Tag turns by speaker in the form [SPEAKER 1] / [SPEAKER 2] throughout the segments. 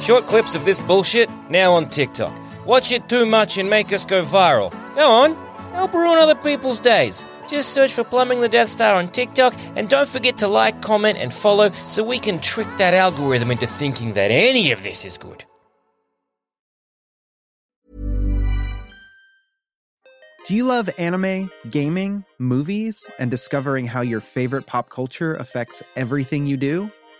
[SPEAKER 1] Short clips of this bullshit now on TikTok. Watch it too much and make us go viral. Go on, help ruin other people's days. Just search for Plumbing the Death Star on TikTok and don't forget to like, comment, and follow so we can trick that algorithm into thinking that any of this is good.
[SPEAKER 2] Do you love anime, gaming, movies, and discovering how your favorite pop culture affects everything you do?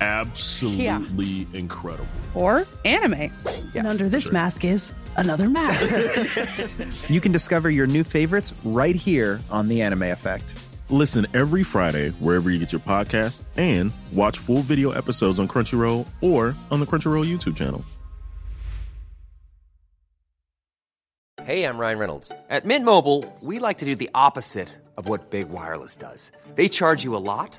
[SPEAKER 3] absolutely incredible.
[SPEAKER 4] Or anime.
[SPEAKER 5] and under this mask is another mask.
[SPEAKER 2] you can discover your new favorites right here on The Anime Effect.
[SPEAKER 3] Listen every Friday wherever you get your podcast and watch full video episodes on Crunchyroll or on the Crunchyroll YouTube channel.
[SPEAKER 6] Hey, I'm Ryan Reynolds. At Mint Mobile, we like to do the opposite of what Big Wireless does. They charge you a lot,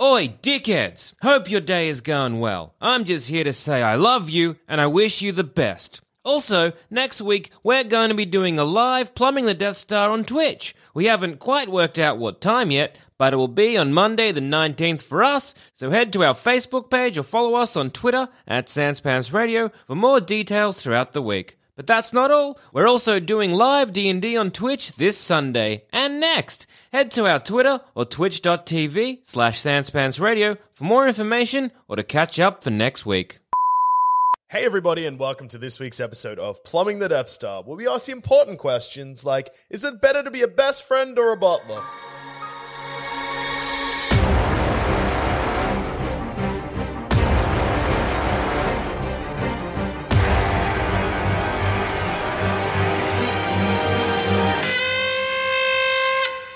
[SPEAKER 1] Oi, dickheads! Hope your day is going well. I'm just here to say I love you and I wish you the best. Also, next week we're going to be doing a live Plumbing the Death Star on Twitch. We haven't quite worked out what time yet, but it will be on Monday the 19th for us, so head to our Facebook page or follow us on Twitter at Sanspants Radio for more details throughout the week. But that's not all. We're also doing live D&D on Twitch this Sunday and next. Head to our Twitter or twitch.tv slash sanspantsradio for more information or to catch up for next week.
[SPEAKER 7] Hey, everybody, and welcome to this week's episode of Plumbing the Death Star, where we ask the important questions like Is it better to be a best friend or a butler?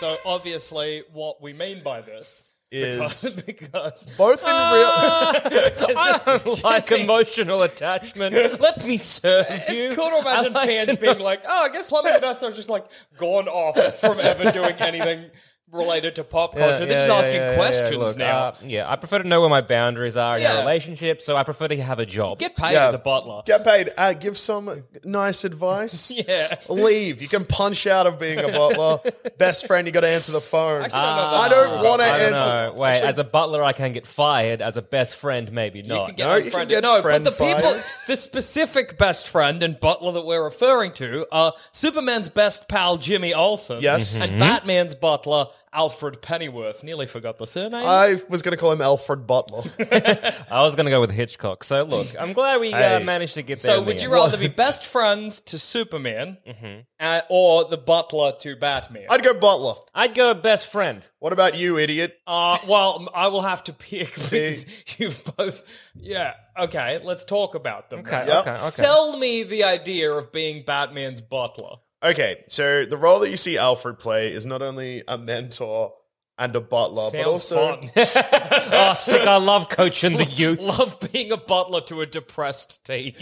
[SPEAKER 8] So obviously, what we mean by this
[SPEAKER 7] Is
[SPEAKER 8] because
[SPEAKER 7] both in real.
[SPEAKER 8] I don't like
[SPEAKER 1] emotional attachment. Let me serve
[SPEAKER 8] It's cool to imagine fans being like, "Oh, I guess Lemon Nuts are just like gone off from ever doing anything related to pop culture. They're just asking questions now.
[SPEAKER 1] uh, yeah, I prefer to know where my boundaries are in a
[SPEAKER 8] Yeah.
[SPEAKER 1] relationship, so I prefer to have a job.
[SPEAKER 8] Get paid
[SPEAKER 7] Yeah.
[SPEAKER 8] as a butler.
[SPEAKER 7] Get paid. Uh, give some nice advice.
[SPEAKER 8] Yeah.
[SPEAKER 7] Leave. You can punch out of being a butler. Best friend, you got to answer the phone. I
[SPEAKER 8] Ah.
[SPEAKER 7] don't want to
[SPEAKER 1] I don't
[SPEAKER 7] answer.
[SPEAKER 1] know. Wait, as a butler, I can get fired. As a best friend, maybe
[SPEAKER 8] You
[SPEAKER 1] not.
[SPEAKER 8] can get
[SPEAKER 7] No, you can
[SPEAKER 8] unfriended.
[SPEAKER 7] get
[SPEAKER 8] no,
[SPEAKER 7] friend
[SPEAKER 8] but the people,
[SPEAKER 7] fired.
[SPEAKER 8] the specific best friend and butler that we're referring to are Superman's best pal Jimmy Olsen,
[SPEAKER 7] Yes.
[SPEAKER 1] Mm-hmm.
[SPEAKER 8] and Batman's butler Alfred Pennyworth. Nearly forgot the surname.
[SPEAKER 7] I was going to call him Alfred Butler.
[SPEAKER 1] I was going to go with Hitchcock. So look, I'm glad we uh,
[SPEAKER 7] Hey.
[SPEAKER 1] managed to get there.
[SPEAKER 8] so,
[SPEAKER 1] in
[SPEAKER 8] would
[SPEAKER 1] the
[SPEAKER 8] you
[SPEAKER 1] end.
[SPEAKER 8] rather be best friends to Superman uh, or the butler to Batman?
[SPEAKER 7] I'd go Butler.
[SPEAKER 1] I'd go best friend.
[SPEAKER 7] What about you, idiot?
[SPEAKER 8] Uh, well, I will have to pick because you've both. Yeah. Okay. Let's talk about them.
[SPEAKER 1] Okay,
[SPEAKER 7] Yep.
[SPEAKER 1] okay, okay.
[SPEAKER 8] Sell me the idea of being Batman's butler.
[SPEAKER 7] Okay, so the role that you see Alfred play is not only a mentor and a butler, but
[SPEAKER 8] Sounds
[SPEAKER 7] also
[SPEAKER 8] fun.
[SPEAKER 1] oh, sick! I love coaching the youth.
[SPEAKER 8] Love being a butler to a depressed teen.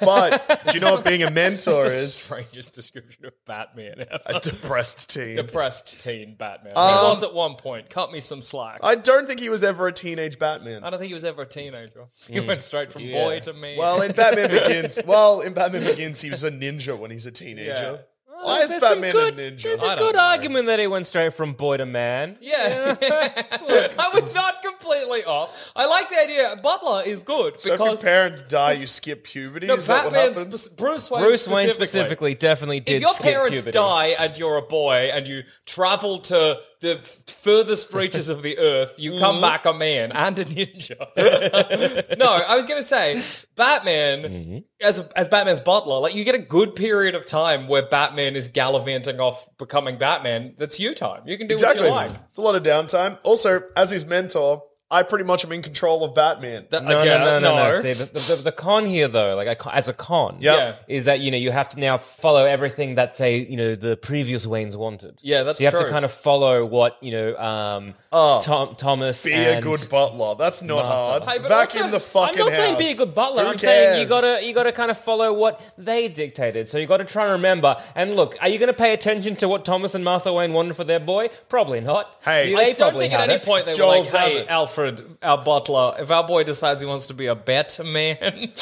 [SPEAKER 7] But do you know what being a mentor
[SPEAKER 8] That's the
[SPEAKER 7] is?
[SPEAKER 8] strangest description of Batman
[SPEAKER 7] A
[SPEAKER 8] ever.
[SPEAKER 7] depressed teen.
[SPEAKER 8] depressed teen Batman.
[SPEAKER 7] Um,
[SPEAKER 8] he was at one point. Cut me some slack. I,
[SPEAKER 7] I don't think he was ever a teenage Batman.
[SPEAKER 8] don't think he was ever a teenager. He went straight from boy to man.
[SPEAKER 7] Well, in Batman Begins, well, in Batman Begins, he was a ninja when he's a
[SPEAKER 8] Yeah.
[SPEAKER 7] teenager. Why is
[SPEAKER 1] There's some
[SPEAKER 7] Batman
[SPEAKER 1] good-
[SPEAKER 7] a ninja?
[SPEAKER 1] There's
[SPEAKER 8] I
[SPEAKER 1] a
[SPEAKER 8] don't
[SPEAKER 1] good
[SPEAKER 8] know.
[SPEAKER 1] argument that he went straight from boy to man.
[SPEAKER 8] Yeah. Look, I was not completely off. I like the idea. Butler is good
[SPEAKER 7] so if your
[SPEAKER 8] because
[SPEAKER 7] parents die, you skip puberty.
[SPEAKER 8] no,
[SPEAKER 7] is that what
[SPEAKER 8] Batman,
[SPEAKER 7] happens?
[SPEAKER 8] spec- Bruce Wayne,
[SPEAKER 1] Bruce Wayne
[SPEAKER 8] specifically.
[SPEAKER 1] specifically definitely did.
[SPEAKER 8] If your
[SPEAKER 1] skip
[SPEAKER 8] parents
[SPEAKER 1] puberty.
[SPEAKER 8] die and you're a boy and you travel to
[SPEAKER 9] the f- furthest reaches of the earth, you come
[SPEAKER 8] Mhm.
[SPEAKER 9] back a man and a ninja. no, I was going to say Batman
[SPEAKER 8] Mm-hmm.
[SPEAKER 9] as a, as Batman's butler. Like you get a good period of time where Batman is gallivanting off becoming Batman. That's you time. You can do
[SPEAKER 8] exactly.
[SPEAKER 9] what you like.
[SPEAKER 8] It's a lot of downtime. Also, as his mentor, I pretty much am in control of Batman.
[SPEAKER 1] no, no, no, no, no. See, the, the, the con here, though, like I ca- as a con,
[SPEAKER 8] Yeah. Yeah.
[SPEAKER 1] is that you know you have to now follow everything that say you know the previous Wayne's wanted.
[SPEAKER 9] Yeah, that's
[SPEAKER 1] so you have
[SPEAKER 9] true.
[SPEAKER 1] to kind of follow what you know. Um, Tom, Thomas,
[SPEAKER 8] Oh. Be
[SPEAKER 1] and
[SPEAKER 8] a good butler. That's not
[SPEAKER 1] Martha.
[SPEAKER 8] hard. Vacuum the fucking
[SPEAKER 1] I'm not saying be a
[SPEAKER 8] house.
[SPEAKER 1] good butler.
[SPEAKER 8] Who
[SPEAKER 1] I'm saying you
[SPEAKER 8] cares?
[SPEAKER 1] gotta you gotta kind of follow what they dictated. So you gotta try and remember. And look, are you gonna pay attention to what Thomas and Martha Wayne wanted for their boy? Probably not.
[SPEAKER 9] Hey,
[SPEAKER 1] they
[SPEAKER 9] I don't
[SPEAKER 1] probably
[SPEAKER 9] think at
[SPEAKER 1] had
[SPEAKER 9] any
[SPEAKER 1] it.
[SPEAKER 9] point they were like, "Hey, Alfred, our butler, if our boy decides he wants to be a Batman,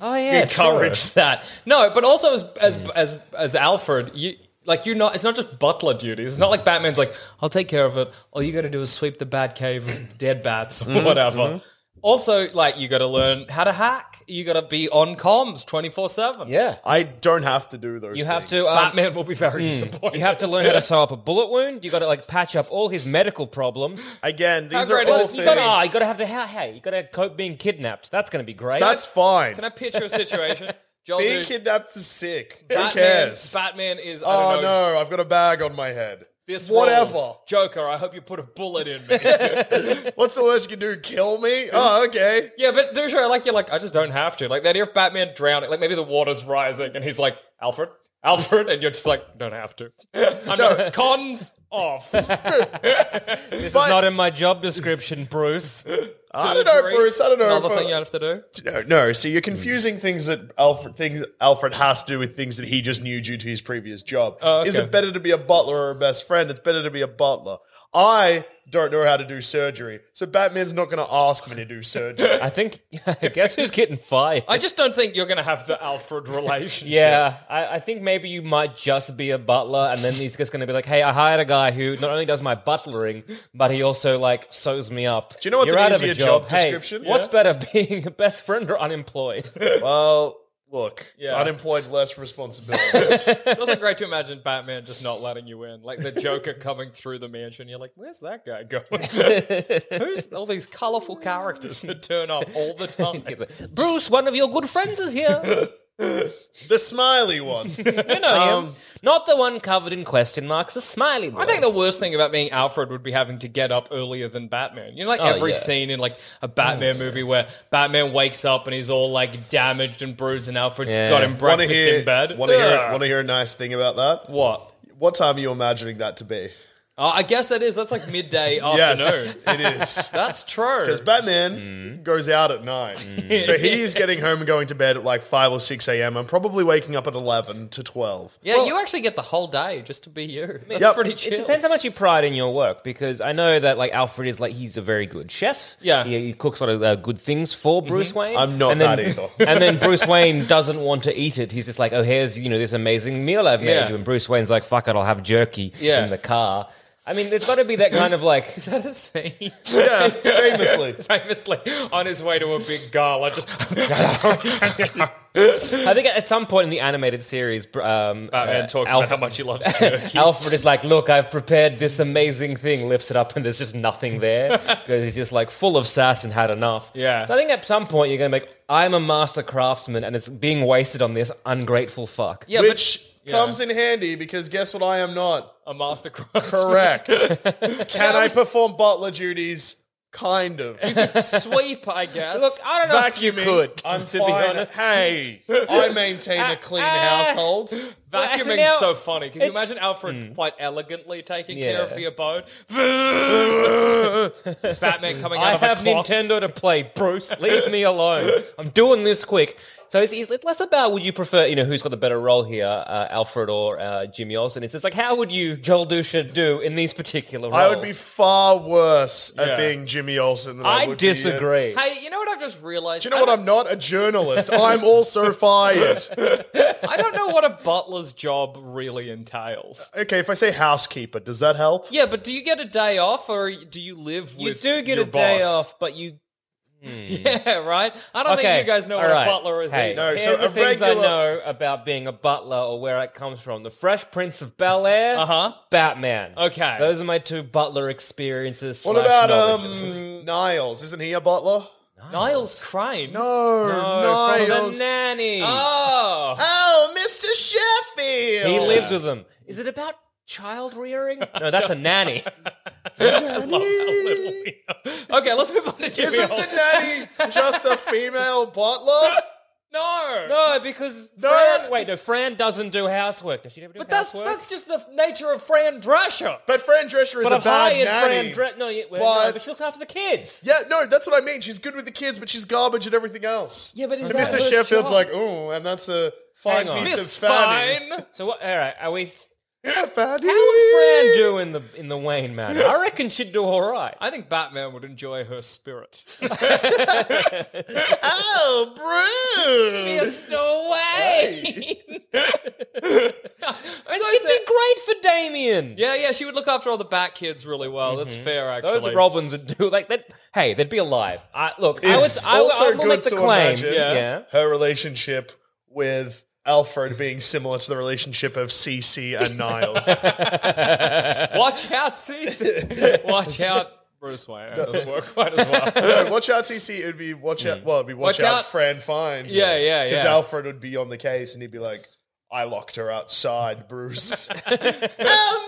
[SPEAKER 1] Oh yeah,
[SPEAKER 9] encourage
[SPEAKER 1] sure.
[SPEAKER 9] that." No, but also as as as as Alfred, you like you're not. It's not just butler duties. It's not like Batman's like, "I'll take care of it. All you got to do is sweep the bat cave of dead bats or
[SPEAKER 8] Mhm,
[SPEAKER 9] whatever."
[SPEAKER 8] mhm.
[SPEAKER 9] Also, like you got to learn how to hack. You got to be on comms twenty four seven.
[SPEAKER 1] Yeah,
[SPEAKER 8] I don't have to do those.
[SPEAKER 1] You have
[SPEAKER 8] things.
[SPEAKER 1] to. Um,
[SPEAKER 9] Batman will be very disappointed.
[SPEAKER 1] You have to learn how to sew up a bullet wound. You got to like patch up all his medical problems.
[SPEAKER 8] Again,
[SPEAKER 9] these How are great all is this?
[SPEAKER 1] you gotta-
[SPEAKER 9] things-
[SPEAKER 1] ah, you got to have to. How, hey, you got to cope being kidnapped. That's going to be great.
[SPEAKER 8] That's fine.
[SPEAKER 9] Can I picture a situation? Joel,
[SPEAKER 8] Being
[SPEAKER 9] dude,
[SPEAKER 8] kidnapped is sick. Who
[SPEAKER 9] Batman,
[SPEAKER 8] cares?
[SPEAKER 9] Batman is. I
[SPEAKER 8] oh
[SPEAKER 9] don't know,
[SPEAKER 8] no, I've got a bag on my head.
[SPEAKER 9] This
[SPEAKER 8] whatever.
[SPEAKER 9] rules. Joker. I hope you put a bullet in me.
[SPEAKER 8] What's the worst you can do? Kill me? Oh, okay.
[SPEAKER 9] Yeah, but Dusha, I like you're like I just don't have to. Like the idea of Batman drowning, like maybe the water's rising and he's like Alfred, Alfred, and you're just like don't have to. I'm no cons off.
[SPEAKER 1] this is not in my job description, Bruce.
[SPEAKER 8] I don't know, Bruce. I don't know.
[SPEAKER 9] Another
[SPEAKER 8] if I-
[SPEAKER 9] thing you have to do.
[SPEAKER 8] No, no. So
[SPEAKER 9] Hmm.
[SPEAKER 8] you're confusing things that Alfred things Alfred has to do with things that he just knew due to his previous job.
[SPEAKER 9] Oh, okay.
[SPEAKER 8] Is it better to be a butler or a best friend? It's better to be a butler. I don't know how to do surgery, so Batman's not going to ask me to do surgery.
[SPEAKER 1] I think. guess who's getting fired?
[SPEAKER 9] I just don't think you're gonna have the Alfred relationship.
[SPEAKER 1] Yeah, I, I think maybe you might just be a butler, and then he's just going to be like, "Hey, I hired a guy who not only does my butlering, but he also like sews me up." Do
[SPEAKER 8] you know what's
[SPEAKER 1] You're out
[SPEAKER 8] an
[SPEAKER 1] of
[SPEAKER 8] easier
[SPEAKER 1] a job,
[SPEAKER 8] job
[SPEAKER 1] Hey,
[SPEAKER 8] description?
[SPEAKER 1] What's
[SPEAKER 8] Yeah.
[SPEAKER 1] better, being a best friend or unemployed?
[SPEAKER 8] well, look,
[SPEAKER 9] Yeah.
[SPEAKER 8] unemployed, less responsibilities.
[SPEAKER 9] it's also great to imagine Batman just not letting you in, like the Joker coming through the mansion. You're like, where's that guy going? Who's all these colorful characters that turn up all the time?
[SPEAKER 1] Bruce, one of your good friends is here.
[SPEAKER 8] the smiley one. Um,
[SPEAKER 1] You know him. Not the one covered in question marks, the smiley one.
[SPEAKER 9] I think the worst thing about being Alfred would be having to get up earlier than Batman. You know, like
[SPEAKER 1] Oh,
[SPEAKER 9] every
[SPEAKER 1] yeah.
[SPEAKER 9] scene in like a Batman movie where Batman wakes up and he's all like damaged and bruised, and Alfred's
[SPEAKER 8] Yeah.
[SPEAKER 9] got him
[SPEAKER 8] Wanna
[SPEAKER 9] breakfast
[SPEAKER 8] hear-
[SPEAKER 9] in bed.
[SPEAKER 8] Wanna hear,
[SPEAKER 9] Ugh.
[SPEAKER 8] wanna hear a nice thing about that?
[SPEAKER 9] What?
[SPEAKER 8] What time are you imagining that to be?
[SPEAKER 9] Oh, I guess that is. That's like midday
[SPEAKER 8] Yes,
[SPEAKER 9] afternoon.
[SPEAKER 8] it is.
[SPEAKER 9] That's true.
[SPEAKER 8] Because Batman
[SPEAKER 9] Mm.
[SPEAKER 8] goes out at nine. So he is getting home and going to bed at like 5 or 6 a.m. I'm probably waking up at 11 to 12.
[SPEAKER 9] Yeah, you actually get the whole day just to be you. That's
[SPEAKER 1] Yep.
[SPEAKER 9] pretty chill.
[SPEAKER 1] It depends how much you pride in your work, because I know that like Alfred is like he's a very good chef.
[SPEAKER 9] Yeah. Mm-hmm.
[SPEAKER 1] he, he cooks a lot of uh, good things for Bruce Wayne.
[SPEAKER 8] I'm not
[SPEAKER 1] and then,
[SPEAKER 8] that either.
[SPEAKER 1] And then Bruce Wayne doesn't want to eat it. He's just like, oh, here's you know this amazing meal I've made
[SPEAKER 9] Yeah.
[SPEAKER 1] you, and Bruce Wayne's like, fuck it, I'll have jerky
[SPEAKER 9] Yeah.
[SPEAKER 1] in the car. I mean, there's got to be that kind of like.
[SPEAKER 9] Is that a scene?
[SPEAKER 8] Yeah, famously.
[SPEAKER 9] Famously, on his way to a big gala, just
[SPEAKER 1] I think at some point in the animated series, br- um,
[SPEAKER 9] Batman
[SPEAKER 1] uh,
[SPEAKER 9] talks about
[SPEAKER 1] Alfred-
[SPEAKER 9] how much he loves jerky.
[SPEAKER 1] Alfred is like, look, I've prepared this amazing thing, lifts it up, and there's just nothing there because he's just like full of sass and had enough.
[SPEAKER 9] Yeah.
[SPEAKER 1] So I think at some point you're going to be like, I'm a master craftsman and it's being wasted on this ungrateful fuck.
[SPEAKER 9] Yeah,
[SPEAKER 8] Which
[SPEAKER 9] but- yeah.
[SPEAKER 8] comes in handy because guess what? I am not.
[SPEAKER 9] a master craftsman.
[SPEAKER 8] Correct. Can I perform butler duties? Kind of.
[SPEAKER 9] sweep, I guess.
[SPEAKER 1] Look, I don't know if you
[SPEAKER 8] Vacuuming,
[SPEAKER 1] could.
[SPEAKER 8] I'm
[SPEAKER 1] to
[SPEAKER 8] fine.
[SPEAKER 1] be honest.
[SPEAKER 8] Hey, I maintain a clean household.
[SPEAKER 1] Well,
[SPEAKER 9] Vacuuming's
[SPEAKER 1] now-
[SPEAKER 9] so funny. Can you
[SPEAKER 1] it's-
[SPEAKER 9] imagine Alfred
[SPEAKER 8] Hmm.
[SPEAKER 9] quite elegantly taking care
[SPEAKER 1] Yeah.
[SPEAKER 9] of the abode? Batman coming out
[SPEAKER 1] I
[SPEAKER 9] of
[SPEAKER 1] have
[SPEAKER 9] a clock.
[SPEAKER 1] Nintendo to play, Bruce. Leave me alone. I'm doing this quick. So it's, it's less about would you prefer, you know, who's got the better role here, uh, Alfred or uh, Jimmy Olsen. It's just like, how would you, Joel Dusha, do in these particular roles?
[SPEAKER 8] I would be far worse
[SPEAKER 9] Yeah.
[SPEAKER 8] at being Jimmy Olsen than I,
[SPEAKER 1] I
[SPEAKER 8] would Be uh,
[SPEAKER 1] disagree.
[SPEAKER 9] Hey, you know what I've just realized?
[SPEAKER 8] Do you know what? I'm not a journalist. I'm also fired.
[SPEAKER 9] I don't know what a butler's job really entails.
[SPEAKER 8] Okay, if I say housekeeper, does that help?
[SPEAKER 9] Yeah, but do you get a day off, or do you live
[SPEAKER 1] you
[SPEAKER 9] with
[SPEAKER 1] do get
[SPEAKER 9] your
[SPEAKER 1] a day
[SPEAKER 9] boss? Hmm.
[SPEAKER 1] off, but you
[SPEAKER 9] Yeah, right? I don't
[SPEAKER 1] Okay,
[SPEAKER 9] think you guys know
[SPEAKER 1] all
[SPEAKER 9] what
[SPEAKER 1] right.
[SPEAKER 9] a butler is
[SPEAKER 1] Hey,
[SPEAKER 9] either.
[SPEAKER 1] Here's the things I know about being a butler or where it comes from. The Fresh Prince of Bel Air,
[SPEAKER 9] Uh-huh.
[SPEAKER 1] Batman.
[SPEAKER 9] Okay.
[SPEAKER 1] those are my two butler experiences.
[SPEAKER 8] What
[SPEAKER 1] slash
[SPEAKER 8] about
[SPEAKER 1] knowledges.
[SPEAKER 8] um Niles? Isn't he a butler?
[SPEAKER 9] Niles Crane.
[SPEAKER 8] No,
[SPEAKER 1] No, from
[SPEAKER 8] Niles.
[SPEAKER 1] the nanny.
[SPEAKER 9] Oh.
[SPEAKER 8] Oh, Mr. Sheffield.
[SPEAKER 1] He lives with them. Is it about child rearing? No, that's a nanny.
[SPEAKER 9] Okay, let's move on to Jimmy
[SPEAKER 8] Isn't the
[SPEAKER 9] Olsen.
[SPEAKER 8] nanny just a female butler?
[SPEAKER 9] No.
[SPEAKER 1] No, because Fran, wait, no, Fran doesn't do housework. Does she never do
[SPEAKER 9] But that's
[SPEAKER 1] housework?
[SPEAKER 9] that's just the nature of Fran Drescher.
[SPEAKER 8] But Fran Drescher is
[SPEAKER 1] but
[SPEAKER 8] a
[SPEAKER 1] I've
[SPEAKER 8] bad
[SPEAKER 1] hired
[SPEAKER 8] nanny.
[SPEAKER 1] Fran Dre- no, yeah, well,
[SPEAKER 8] But-
[SPEAKER 1] no, but she looks after the kids.
[SPEAKER 8] yeah, no, that's what I mean. She's good with the kids, but she's garbage at everything else.
[SPEAKER 9] Yeah, but is
[SPEAKER 8] and
[SPEAKER 9] that her
[SPEAKER 8] Mr. Sheffield's
[SPEAKER 9] job?
[SPEAKER 8] like, ooh, and that's a fine
[SPEAKER 1] Hang on.
[SPEAKER 8] piece
[SPEAKER 9] Miss
[SPEAKER 8] of fanny.
[SPEAKER 9] Fine.
[SPEAKER 1] So what? All right, are we? s-
[SPEAKER 8] Yeah, fanny.
[SPEAKER 1] Fran do in the in the Wayne manner? I reckon she'd do all right.
[SPEAKER 9] I think Batman would enjoy her spirit.
[SPEAKER 8] Oh, Bruce.
[SPEAKER 9] Mr. Wayne.
[SPEAKER 1] And she'd be great for Damien. Mm-hmm.
[SPEAKER 9] yeah, yeah, she would look after all the Bat kids really well. That's fair, actually.
[SPEAKER 1] Those are Robins that do like that. Hey, they'd be alive. I, look, I would.
[SPEAKER 8] It's
[SPEAKER 1] I, would- I
[SPEAKER 8] also
[SPEAKER 1] will
[SPEAKER 8] good
[SPEAKER 1] make the
[SPEAKER 8] to
[SPEAKER 1] claim.
[SPEAKER 8] imagine
[SPEAKER 1] Yeah.
[SPEAKER 8] her relationship with Alfred being similar to the relationship of Cece and Niles.
[SPEAKER 9] Watch out, Cece. Watch out, Bruce Wayne. That doesn't work quite as well.
[SPEAKER 8] No, watch out, CC. It'd be watch
[SPEAKER 1] Mm.
[SPEAKER 8] out. Well, it'd be watch,
[SPEAKER 9] Watch
[SPEAKER 8] out,
[SPEAKER 9] out.
[SPEAKER 8] Fran Fine.
[SPEAKER 9] Yeah, yeah,
[SPEAKER 8] Because
[SPEAKER 9] yeah.
[SPEAKER 8] Alfred would be on the case, and he'd be like, "I locked her outside, Bruce." oh,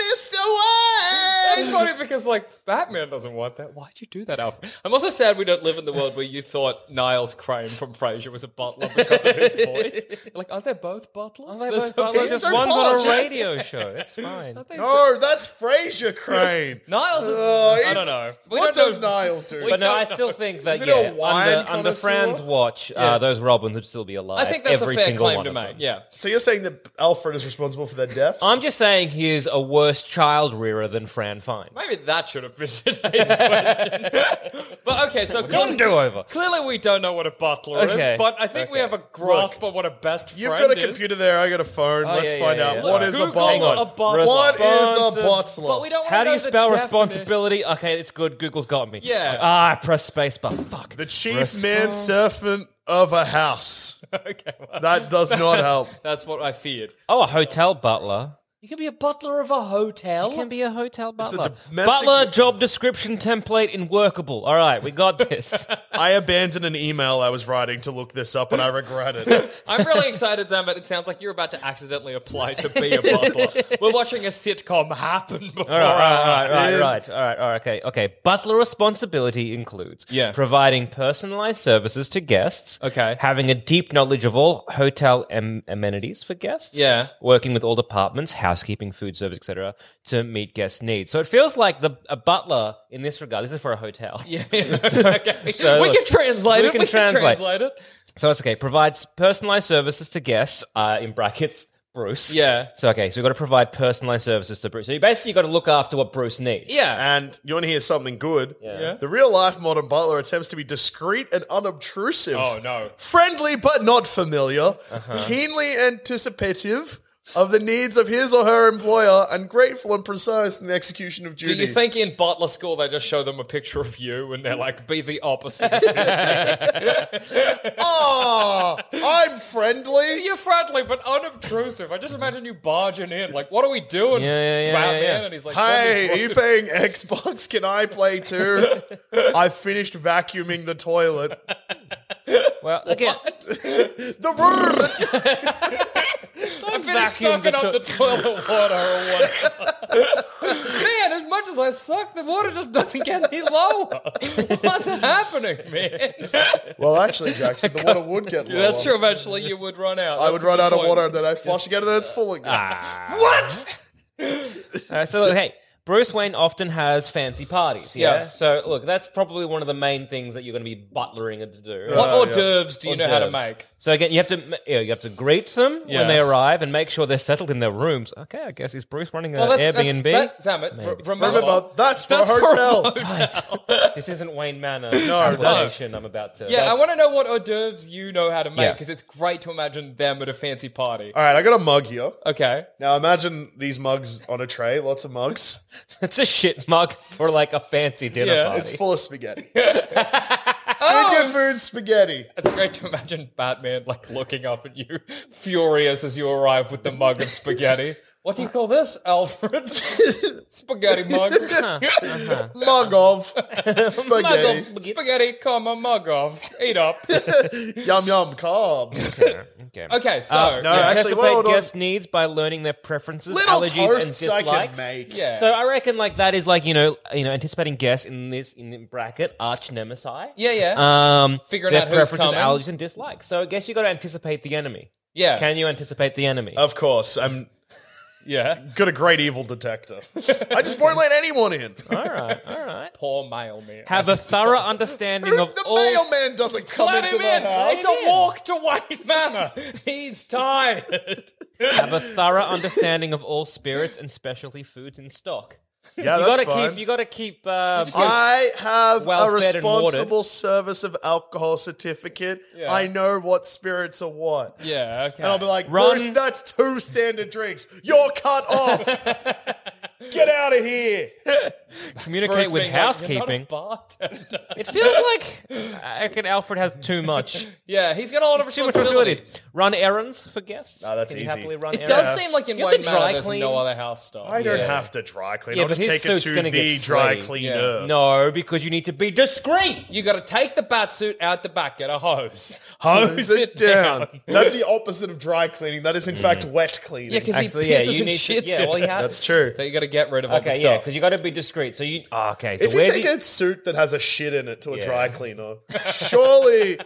[SPEAKER 9] That's funny because, like, Batman doesn't want that. Why'd you do that, Alfred? I'm also sad we don't live in the world where you thought Niles Crane from Frasier was a butler because of his voice. You're like, aren't they both butlers?
[SPEAKER 1] Well, they
[SPEAKER 9] They're
[SPEAKER 1] both-
[SPEAKER 9] so-
[SPEAKER 1] well,
[SPEAKER 9] they're
[SPEAKER 1] just
[SPEAKER 9] so
[SPEAKER 1] one's on
[SPEAKER 9] posh.
[SPEAKER 1] a radio show. It's fine.
[SPEAKER 9] Aren't they-
[SPEAKER 8] Mr. Wayne. No, that's Frasier Crane.
[SPEAKER 9] Niles is.
[SPEAKER 8] Uh,
[SPEAKER 9] I
[SPEAKER 8] it's-
[SPEAKER 9] don't know. We
[SPEAKER 8] what
[SPEAKER 9] don't
[SPEAKER 8] does
[SPEAKER 9] know.
[SPEAKER 8] Niles do?
[SPEAKER 1] But no,
[SPEAKER 9] don't
[SPEAKER 1] I
[SPEAKER 9] know.
[SPEAKER 1] still think
[SPEAKER 8] Is
[SPEAKER 1] that
[SPEAKER 8] it a
[SPEAKER 1] yeah,
[SPEAKER 8] wine
[SPEAKER 1] under, under
[SPEAKER 8] connoisseur?
[SPEAKER 1] Fran's watch, uh, those Robins would still be alive.
[SPEAKER 9] I think that's
[SPEAKER 1] every
[SPEAKER 9] a fair
[SPEAKER 1] single
[SPEAKER 9] claim
[SPEAKER 1] one
[SPEAKER 9] to
[SPEAKER 1] of
[SPEAKER 9] make.
[SPEAKER 1] them.
[SPEAKER 9] Yeah.
[SPEAKER 8] so you're saying that Alfred is responsible for their deaths?
[SPEAKER 1] I'm just saying he is a worse child rearer than Fran Fine.
[SPEAKER 9] Maybe that should have been today's question. but okay, so
[SPEAKER 1] Don't do over.
[SPEAKER 9] Clearly, we don't know what a butler
[SPEAKER 1] Okay.
[SPEAKER 9] is, but I think we
[SPEAKER 1] Okay.
[SPEAKER 9] have a grasp on what a best
[SPEAKER 8] You've
[SPEAKER 9] friend
[SPEAKER 8] got a
[SPEAKER 9] is. Oh,
[SPEAKER 8] computer there. I got a phone. Let's
[SPEAKER 1] yeah,
[SPEAKER 8] find
[SPEAKER 1] yeah,
[SPEAKER 8] out
[SPEAKER 1] yeah.
[SPEAKER 8] what
[SPEAKER 1] Alright.
[SPEAKER 8] is
[SPEAKER 9] Google
[SPEAKER 8] a
[SPEAKER 9] a
[SPEAKER 8] butler.
[SPEAKER 9] butler.
[SPEAKER 8] What is a
[SPEAKER 1] Responsive-
[SPEAKER 8] butler?
[SPEAKER 9] But we don't. wanna
[SPEAKER 1] How do
[SPEAKER 9] know
[SPEAKER 1] you
[SPEAKER 9] the
[SPEAKER 1] spell
[SPEAKER 9] definition.
[SPEAKER 1] responsibility? Okay, it's good. Google's got me.
[SPEAKER 9] Yeah.
[SPEAKER 1] Ah, I press spacebar. Fuck.
[SPEAKER 8] The chief manservant of a house.
[SPEAKER 9] okay, well,
[SPEAKER 8] That does not help.
[SPEAKER 9] that's what I feared.
[SPEAKER 1] Oh, a hotel butler.
[SPEAKER 9] You can be a butler of a hotel.
[SPEAKER 1] Can be a hotel
[SPEAKER 8] a
[SPEAKER 1] butler.
[SPEAKER 8] domestic-
[SPEAKER 1] Butler job description template in workable. All right, we got this.
[SPEAKER 8] I abandoned an email I was writing to look this up and I regret it.
[SPEAKER 9] I'm really excited, Sam, but it sounds like you're about to accidentally apply to be a butler. We're watching a sitcom happen before
[SPEAKER 1] All right, all
[SPEAKER 9] our
[SPEAKER 1] right, all right,
[SPEAKER 9] eyes.
[SPEAKER 1] all right, all right, all right, okay, okay. Butler responsibility includes
[SPEAKER 9] Yeah.
[SPEAKER 1] providing personalized services to guests,
[SPEAKER 9] Okay.
[SPEAKER 1] having a deep knowledge of all hotel am- amenities for guests,
[SPEAKER 9] Yeah.
[SPEAKER 1] working with all departments, housekeeping, food service, etc., to meet guests' needs. So it feels like the a butler in this regard. This is for a hotel.
[SPEAKER 9] Yeah. okay.
[SPEAKER 1] So
[SPEAKER 9] we can
[SPEAKER 1] look,
[SPEAKER 9] translate
[SPEAKER 1] we
[SPEAKER 9] it.
[SPEAKER 1] can
[SPEAKER 9] we can
[SPEAKER 1] translate.
[SPEAKER 9] translate it.
[SPEAKER 1] So it's okay. Provides personalized services to guests, uh, in brackets, Bruce.
[SPEAKER 9] Yeah.
[SPEAKER 1] So okay, so you've got to provide personalized services to Bruce. So you basically got to look after what Bruce needs.
[SPEAKER 9] Yeah.
[SPEAKER 8] And you want to hear something good?
[SPEAKER 9] Yeah.
[SPEAKER 8] The real life modern butler attempts to be discreet and unobtrusive.
[SPEAKER 9] Oh, no. Uh-huh.
[SPEAKER 8] Friendly but not familiar. Keenly anticipative of the needs of his or her employer and grateful and precise in the execution of
[SPEAKER 9] Do
[SPEAKER 8] duty.
[SPEAKER 9] you think in butler school they just show them a picture of you and they're like, be the opposite? of this?
[SPEAKER 8] Oh, I'm friendly.
[SPEAKER 9] You're friendly but unobtrusive. I just imagine you barging in. Like, what are we doing,
[SPEAKER 1] Yeah, yeah, yeah,
[SPEAKER 9] Batman?
[SPEAKER 1] yeah, yeah.
[SPEAKER 9] And he's like,
[SPEAKER 8] Hey,
[SPEAKER 9] "Let
[SPEAKER 8] are
[SPEAKER 9] me
[SPEAKER 8] you
[SPEAKER 9] look."
[SPEAKER 8] paying Xbox? Can I play too? I finished vacuuming the toilet.
[SPEAKER 1] Well, again,
[SPEAKER 8] The room! the t-
[SPEAKER 9] I finished
[SPEAKER 1] vacuum the
[SPEAKER 9] sucking up
[SPEAKER 1] to-
[SPEAKER 9] the toilet water or whatever. man, as much as I suck, the water just doesn't get any lower. What's happening, man?
[SPEAKER 8] well, actually, Jackson, the water would get lower.
[SPEAKER 9] That's true. Eventually, you would run out.
[SPEAKER 8] I
[SPEAKER 9] That's
[SPEAKER 8] would
[SPEAKER 9] a
[SPEAKER 8] run
[SPEAKER 9] good
[SPEAKER 8] out of
[SPEAKER 9] point. Ah.
[SPEAKER 8] water and then I flush again and then it's full again.
[SPEAKER 9] What?
[SPEAKER 1] uh, so look, hey, Bruce Wayne often has fancy parties. Yeah.
[SPEAKER 9] Yes.
[SPEAKER 1] So look, that's probably one of the main things that you're going to be butlering to do.
[SPEAKER 9] What
[SPEAKER 8] Oh,
[SPEAKER 9] hors
[SPEAKER 8] yeah.
[SPEAKER 9] d'oeuvres do you know how to
[SPEAKER 1] Hors d'oeuvres.
[SPEAKER 9] make?
[SPEAKER 1] So again, you have to you, know, you have to greet them
[SPEAKER 9] Yeah.
[SPEAKER 1] when they arrive and make sure they're settled in their rooms. Okay, I guess is Bruce running an
[SPEAKER 9] Well, that's,
[SPEAKER 1] Airbnb?
[SPEAKER 9] That's, that, Zamet, re-
[SPEAKER 1] Maybe.
[SPEAKER 9] remember,
[SPEAKER 8] Remember, that's for
[SPEAKER 9] That's
[SPEAKER 8] a
[SPEAKER 9] for a
[SPEAKER 8] hotel.
[SPEAKER 1] this isn't Wayne Manor.
[SPEAKER 8] that's-
[SPEAKER 1] application I'm about to.
[SPEAKER 9] Yeah,
[SPEAKER 1] that's-
[SPEAKER 9] I want to know what hors d'oeuvres you know how to make
[SPEAKER 1] Yeah.
[SPEAKER 9] because it's great to imagine them at a fancy party.
[SPEAKER 8] All right, I got a mug here.
[SPEAKER 9] Okay.
[SPEAKER 8] Now imagine these mugs on a tray, lots of mugs.
[SPEAKER 1] It's a shit mug for like a fancy dinner
[SPEAKER 9] Yeah,
[SPEAKER 1] party.
[SPEAKER 9] Oh,
[SPEAKER 8] It's full of spaghetti. Finger food spaghetti.
[SPEAKER 9] It's great to imagine Batman like looking up at you, furious as you arrive with the mug of spaghetti. What do you call this, Alfred? spaghetti mug.
[SPEAKER 8] Mug of
[SPEAKER 9] Uh-huh. Mug of
[SPEAKER 8] spaghetti.
[SPEAKER 9] spaghetti, comma, mug of. Eat up.
[SPEAKER 8] yum yum carbs.
[SPEAKER 1] Okay.
[SPEAKER 9] Okay, so-
[SPEAKER 8] no,
[SPEAKER 1] yeah,
[SPEAKER 8] actually,
[SPEAKER 1] anticipate
[SPEAKER 8] what hold on.
[SPEAKER 1] guest needs by learning their preferences,
[SPEAKER 8] Little
[SPEAKER 1] allergies, and
[SPEAKER 8] toasts I can
[SPEAKER 1] dislikes.
[SPEAKER 8] make. Yeah.
[SPEAKER 1] So I reckon like that is like you know you know anticipating guests in this in the bracket arch nemesis.
[SPEAKER 9] Yeah, yeah.
[SPEAKER 1] Um,
[SPEAKER 9] Figuring
[SPEAKER 1] their
[SPEAKER 9] out who's
[SPEAKER 1] preferences,
[SPEAKER 9] coming.
[SPEAKER 1] allergies, and dislikes. So I guess you got to anticipate the enemy.
[SPEAKER 9] Yeah. Oh.
[SPEAKER 1] Can you anticipate the enemy?
[SPEAKER 8] Of course, I'm.
[SPEAKER 9] Yeah.
[SPEAKER 8] Got a great evil detector. I just won't let anyone in.
[SPEAKER 1] All right, all right.
[SPEAKER 9] Poor mailman.
[SPEAKER 1] Have a thorough understanding of
[SPEAKER 8] The
[SPEAKER 1] all.
[SPEAKER 8] mailman doesn't come
[SPEAKER 9] Let
[SPEAKER 8] into
[SPEAKER 9] him
[SPEAKER 8] the
[SPEAKER 9] in.
[SPEAKER 8] house.
[SPEAKER 9] It's a walk to Wayne Manor. He's tired.
[SPEAKER 1] Have a thorough understanding of all spirits and specialty foods in stock.
[SPEAKER 8] Yeah,
[SPEAKER 1] you
[SPEAKER 8] that's
[SPEAKER 1] gotta
[SPEAKER 8] fine.
[SPEAKER 1] keep. You gotta keep. Um,
[SPEAKER 8] I have a
[SPEAKER 1] well-fed and watered.
[SPEAKER 8] responsible service of alcohol certificate.
[SPEAKER 9] Yeah.
[SPEAKER 8] I know what spirits are what.
[SPEAKER 9] Yeah, okay.
[SPEAKER 8] And I'll be like,
[SPEAKER 1] Ron-
[SPEAKER 8] Bruce, that's two standard drinks. You're cut off. Get out of here.
[SPEAKER 1] communicate
[SPEAKER 9] Bruce
[SPEAKER 1] with
[SPEAKER 9] being like,
[SPEAKER 1] housekeeping.
[SPEAKER 9] "You're not a bartender."
[SPEAKER 1] it feels like I reckon Alfred has too much.
[SPEAKER 9] yeah, he's got a lot of
[SPEAKER 1] Too much
[SPEAKER 9] responsibilities.
[SPEAKER 1] responsibilities. Run errands for guests.
[SPEAKER 8] No, that's
[SPEAKER 1] Can you
[SPEAKER 8] easy.
[SPEAKER 1] happily run
[SPEAKER 9] It
[SPEAKER 1] errands?
[SPEAKER 9] does seem like in
[SPEAKER 1] You have to
[SPEAKER 9] Wayne Manor
[SPEAKER 1] dry
[SPEAKER 9] there's
[SPEAKER 1] clean.
[SPEAKER 9] no other house stuff.
[SPEAKER 8] I don't
[SPEAKER 9] Yeah.
[SPEAKER 8] have to dry clean.
[SPEAKER 1] Yeah,
[SPEAKER 8] I'll
[SPEAKER 1] but
[SPEAKER 8] just
[SPEAKER 1] his
[SPEAKER 8] take it
[SPEAKER 1] suit's
[SPEAKER 8] to
[SPEAKER 1] gonna
[SPEAKER 8] the
[SPEAKER 1] get
[SPEAKER 8] dry
[SPEAKER 1] sweaty.
[SPEAKER 8] cleaner.
[SPEAKER 1] No, because you need to be discreet.
[SPEAKER 9] You got to take the batsuit out the back, get a hose,
[SPEAKER 8] Hose it down. That's the opposite of dry cleaning. That is, in fact, wet cleaning.
[SPEAKER 9] Yeah, because he
[SPEAKER 1] Actually, yeah,
[SPEAKER 9] pisses
[SPEAKER 1] you
[SPEAKER 9] and
[SPEAKER 1] need to-
[SPEAKER 9] shits.
[SPEAKER 1] yeah,
[SPEAKER 9] in
[SPEAKER 1] well, you
[SPEAKER 9] it.
[SPEAKER 1] have-
[SPEAKER 8] That's true.
[SPEAKER 9] So you got to get rid of all the
[SPEAKER 1] Okay, yeah,
[SPEAKER 9] stuff.
[SPEAKER 1] because you got to be discreet. So you oh, okay? So
[SPEAKER 8] If you
[SPEAKER 1] where's
[SPEAKER 8] take
[SPEAKER 1] he?
[SPEAKER 8] a suit that has a shit in it to a
[SPEAKER 1] Yeah.
[SPEAKER 8] dry cleaner, surely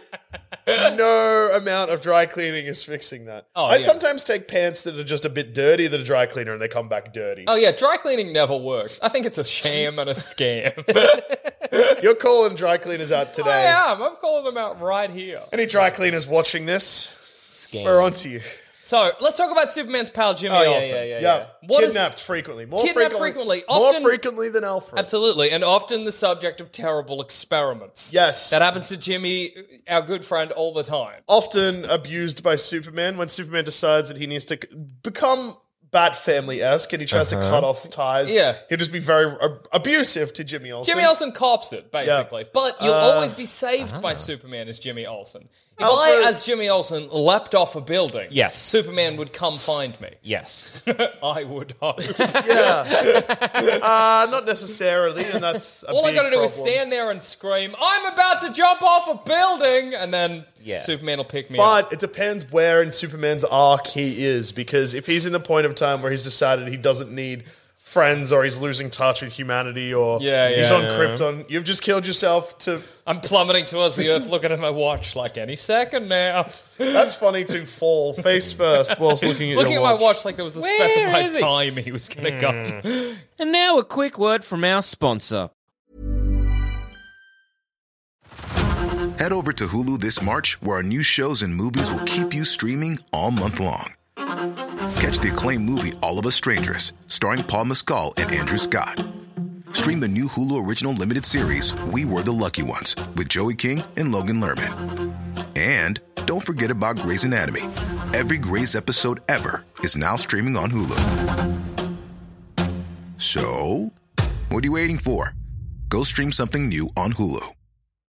[SPEAKER 8] no amount of dry cleaning is fixing that.
[SPEAKER 9] Oh,
[SPEAKER 8] I
[SPEAKER 9] yeah.
[SPEAKER 8] sometimes take pants that are just a bit dirty that a dry cleaner and they come back dirty.
[SPEAKER 9] Oh yeah, dry cleaning never works. I think it's a sham and a scam.
[SPEAKER 8] You're calling dry cleaners out
[SPEAKER 9] I
[SPEAKER 8] today.
[SPEAKER 9] am. I'm calling them out right here.
[SPEAKER 8] Any dry cleaners watching this?
[SPEAKER 1] Scam.
[SPEAKER 8] We're on to you.
[SPEAKER 9] So let's talk about Superman's pal Jimmy
[SPEAKER 1] Oh, yeah,
[SPEAKER 9] Olsen.
[SPEAKER 1] yeah, yeah,
[SPEAKER 8] Yeah.
[SPEAKER 1] yeah.
[SPEAKER 9] What is-
[SPEAKER 8] kidnapped frequently. More
[SPEAKER 9] Kidnapped
[SPEAKER 8] frequently.
[SPEAKER 9] frequently, often-
[SPEAKER 8] more frequently than Alfred.
[SPEAKER 9] Absolutely, and often the subject of terrible experiments.
[SPEAKER 8] Yes.
[SPEAKER 9] that happens to Jimmy, our good friend, all the time.
[SPEAKER 8] often abused by Superman when Superman decides that he needs to c- become Bat Family esque and he tries
[SPEAKER 1] Uh-huh.
[SPEAKER 8] to cut off ties.
[SPEAKER 9] Yeah.
[SPEAKER 8] he'll just be very ab- abusive to Jimmy Olsen.
[SPEAKER 9] Jimmy Olsen cops it basically, but you'll
[SPEAKER 1] Uh,
[SPEAKER 9] always be saved by
[SPEAKER 1] uh-huh.
[SPEAKER 9] Superman as Jimmy Olsen. If
[SPEAKER 8] Alfred-
[SPEAKER 9] I, as Jimmy Olsen, leapt off a building,
[SPEAKER 1] Yes.
[SPEAKER 9] Superman would come find me.
[SPEAKER 1] Yes.
[SPEAKER 9] I would hope.
[SPEAKER 8] uh, not necessarily, and that's a
[SPEAKER 9] All I
[SPEAKER 8] big
[SPEAKER 9] got to do is
[SPEAKER 8] problem.
[SPEAKER 9] stand there and scream, "I'm about to jump off a building," and then
[SPEAKER 1] Yeah.
[SPEAKER 9] Superman will pick me up.
[SPEAKER 8] But it depends where in Superman's arc he is, because if he's in the point of time where he's decided he doesn't need friends or he's losing touch with humanity or
[SPEAKER 9] Yeah,
[SPEAKER 8] he's
[SPEAKER 9] yeah.
[SPEAKER 8] on Krypton, you've just killed yourself to
[SPEAKER 9] I'm plummeting towards the earth, looking at my watch like any second now.
[SPEAKER 8] that's funny to fall face first whilst looking at
[SPEAKER 9] Looking
[SPEAKER 8] your
[SPEAKER 9] at my watch like there was a
[SPEAKER 1] Where
[SPEAKER 9] specified
[SPEAKER 1] is he?
[SPEAKER 9] time he was going to
[SPEAKER 1] Hmm.
[SPEAKER 9] come.
[SPEAKER 1] and now a quick word from our sponsor.
[SPEAKER 3] Head over to Hulu this March, where our new shows and movies will keep you streaming all month long. Catch the acclaimed movie All of Us Strangers, starring Paul Mescal and Andrew Scott. Stream the new Hulu original limited series We Were the Lucky Ones with Joey King and Logan Lerman. And don't forget about Grey's Anatomy. Every Grey's episode ever is now streaming on Hulu. So, what are you waiting for? Go stream something new on Hulu.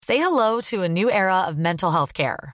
[SPEAKER 10] Say hello to a new era of mental health care.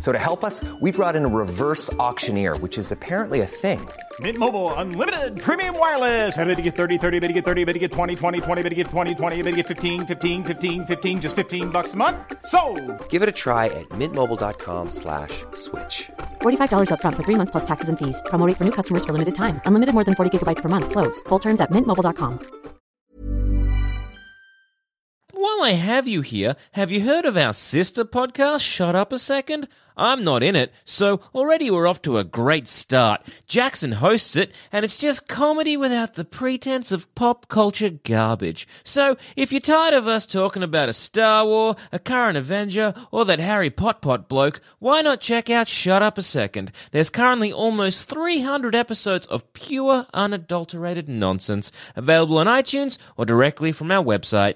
[SPEAKER 6] So to help us, we brought in a reverse auctioneer, which is apparently a thing.
[SPEAKER 11] Mint Mobile unlimited premium wireless. Ready to get 30, 30, bet you get 30, bet you get 20, 20, 20, bet you get 20, 20, bet you get 15, 15, 15, 15 just 15 bucks a month. So,
[SPEAKER 6] Give it a try at mintmobile.com slash switch.
[SPEAKER 12] $45 upfront for three months plus taxes and fees. Promo rate for new customers for limited time. Unlimited more than 40 gigabytes per month. Slows. Full terms at mintmobile.com.
[SPEAKER 1] While I have you here, have you heard of our sister podcast, Shut Up a Second? I'm not in it, so already we're off to a great start. Jackson hosts it, and it's just comedy without the pretense of pop culture garbage. So if you're tired of us talking about a Star War, a current Avenger, or that Harry Potpot bloke, why not check out Shut Up a Second? There's currently almost 300 episodes of pure, unadulterated nonsense available on iTunes or directly from our website,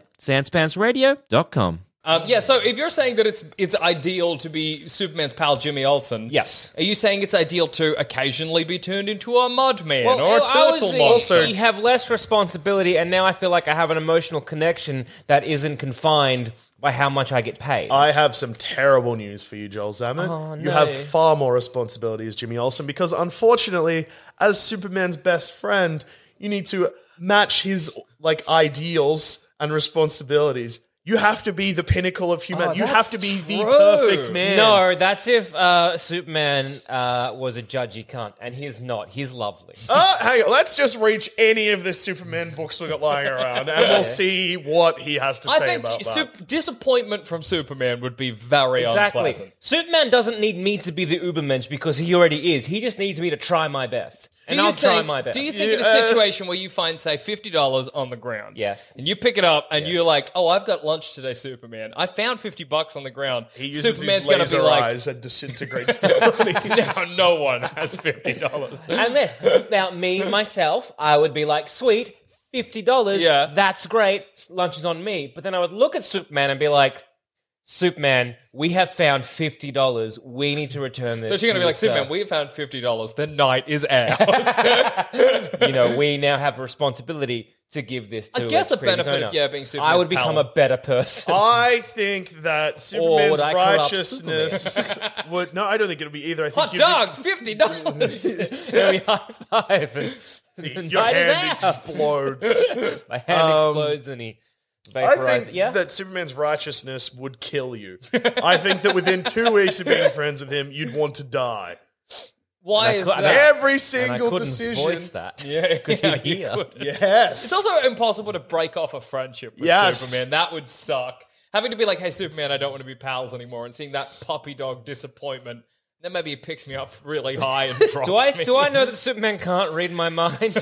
[SPEAKER 1] sanspantsradio.com.
[SPEAKER 9] Um, yeah, so if you're saying that it's it's ideal to be Superman's pal Jimmy Olsen, yes, are you saying it's ideal to occasionally be turned into a mud man or a turtle monster?
[SPEAKER 1] You have less responsibility, and now I feel like I have an emotional connection that isn't confined by how much I get paid.
[SPEAKER 8] I have some terrible news for you, Joel Zaman.
[SPEAKER 1] Oh,
[SPEAKER 8] You
[SPEAKER 1] no.
[SPEAKER 8] have far more responsibility as Jimmy Olsen because, unfortunately, as Superman's best friend, you need to match his like ideals and responsibilities. You have to be the pinnacle of
[SPEAKER 1] Oh,
[SPEAKER 8] humanity. you have to be the perfect man.
[SPEAKER 1] No, that's if uh, Superman uh, was a judgy cunt, and he's not. He's lovely.
[SPEAKER 8] Uh, hang on, let's just reach any of the Superman books we got lying around, and we'll see what he has to
[SPEAKER 9] I
[SPEAKER 8] say
[SPEAKER 9] think
[SPEAKER 8] about that.
[SPEAKER 9] sup- disappointment from Superman would be very
[SPEAKER 1] Exactly.
[SPEAKER 9] unpleasant.
[SPEAKER 1] Superman doesn't need me to be the Ubermensch because he already is. He just needs me to try my best. And
[SPEAKER 9] do you
[SPEAKER 1] I'll
[SPEAKER 9] think,
[SPEAKER 1] try my best.
[SPEAKER 9] Do you think in a situation where you find, say, fifty dollars on the ground, yes, and you pick it up and you're like, "Oh, I've got lunch today, Superman. I found fifty bucks on the ground."
[SPEAKER 8] He uses
[SPEAKER 9] Superman's
[SPEAKER 8] his
[SPEAKER 9] going to
[SPEAKER 8] laser
[SPEAKER 9] be like,
[SPEAKER 8] eyes and disintegrates them.
[SPEAKER 9] "Now no one has fifty dollars."
[SPEAKER 1] And this, now me myself, I would be like, sweet, fifty dollars. Yeah, that's great. Lunch is on me. But then I would look at Superman and be like, Superman, we have found fifty dollars. We need to return
[SPEAKER 9] So
[SPEAKER 1] this.
[SPEAKER 9] you're going to be like,
[SPEAKER 1] yourself."
[SPEAKER 9] "Superman, we found fifty dollars. The night is ours."
[SPEAKER 1] you know, we now have a responsibility to give this.
[SPEAKER 9] I
[SPEAKER 1] to
[SPEAKER 9] guess a
[SPEAKER 1] its previous
[SPEAKER 9] benefit of,
[SPEAKER 1] owner.
[SPEAKER 9] yeah, being
[SPEAKER 1] I
[SPEAKER 9] Superman's
[SPEAKER 1] would become
[SPEAKER 9] pal.
[SPEAKER 1] a better person.
[SPEAKER 8] I think that Superman's
[SPEAKER 1] would I corrupt
[SPEAKER 8] righteousness would. No, I don't think it'll be either. I think
[SPEAKER 9] Hot
[SPEAKER 8] you'd
[SPEAKER 9] dog, fifty dollars.
[SPEAKER 1] Be, high five.
[SPEAKER 8] and
[SPEAKER 1] And
[SPEAKER 8] your
[SPEAKER 1] night is
[SPEAKER 8] hand
[SPEAKER 1] out.
[SPEAKER 8] explodes.
[SPEAKER 1] My hand
[SPEAKER 8] Um,
[SPEAKER 1] explodes, and he
[SPEAKER 8] I
[SPEAKER 1] vaporizes.
[SPEAKER 8] think that Superman's righteousness would kill you. I think that within two weeks of being friends with him, you'd want to die.
[SPEAKER 9] Why
[SPEAKER 8] And I
[SPEAKER 9] is
[SPEAKER 8] cou- and
[SPEAKER 9] that?
[SPEAKER 8] every And I single couldn't decision- voice
[SPEAKER 1] that.
[SPEAKER 9] Yeah,
[SPEAKER 8] 'Cause
[SPEAKER 9] yeah,
[SPEAKER 8] you're
[SPEAKER 9] you
[SPEAKER 8] here.
[SPEAKER 9] couldn't.
[SPEAKER 8] Yes.
[SPEAKER 9] It's also impossible to break off a friendship with
[SPEAKER 8] Yes.
[SPEAKER 9] Superman. That would suck. Having to be like, "Hey, Superman, I don't want to be pals anymore," and seeing that puppy dog disappointment. Then maybe he picks me up really high and drops
[SPEAKER 1] do I
[SPEAKER 9] me.
[SPEAKER 1] do I know that Superman can't read my mind?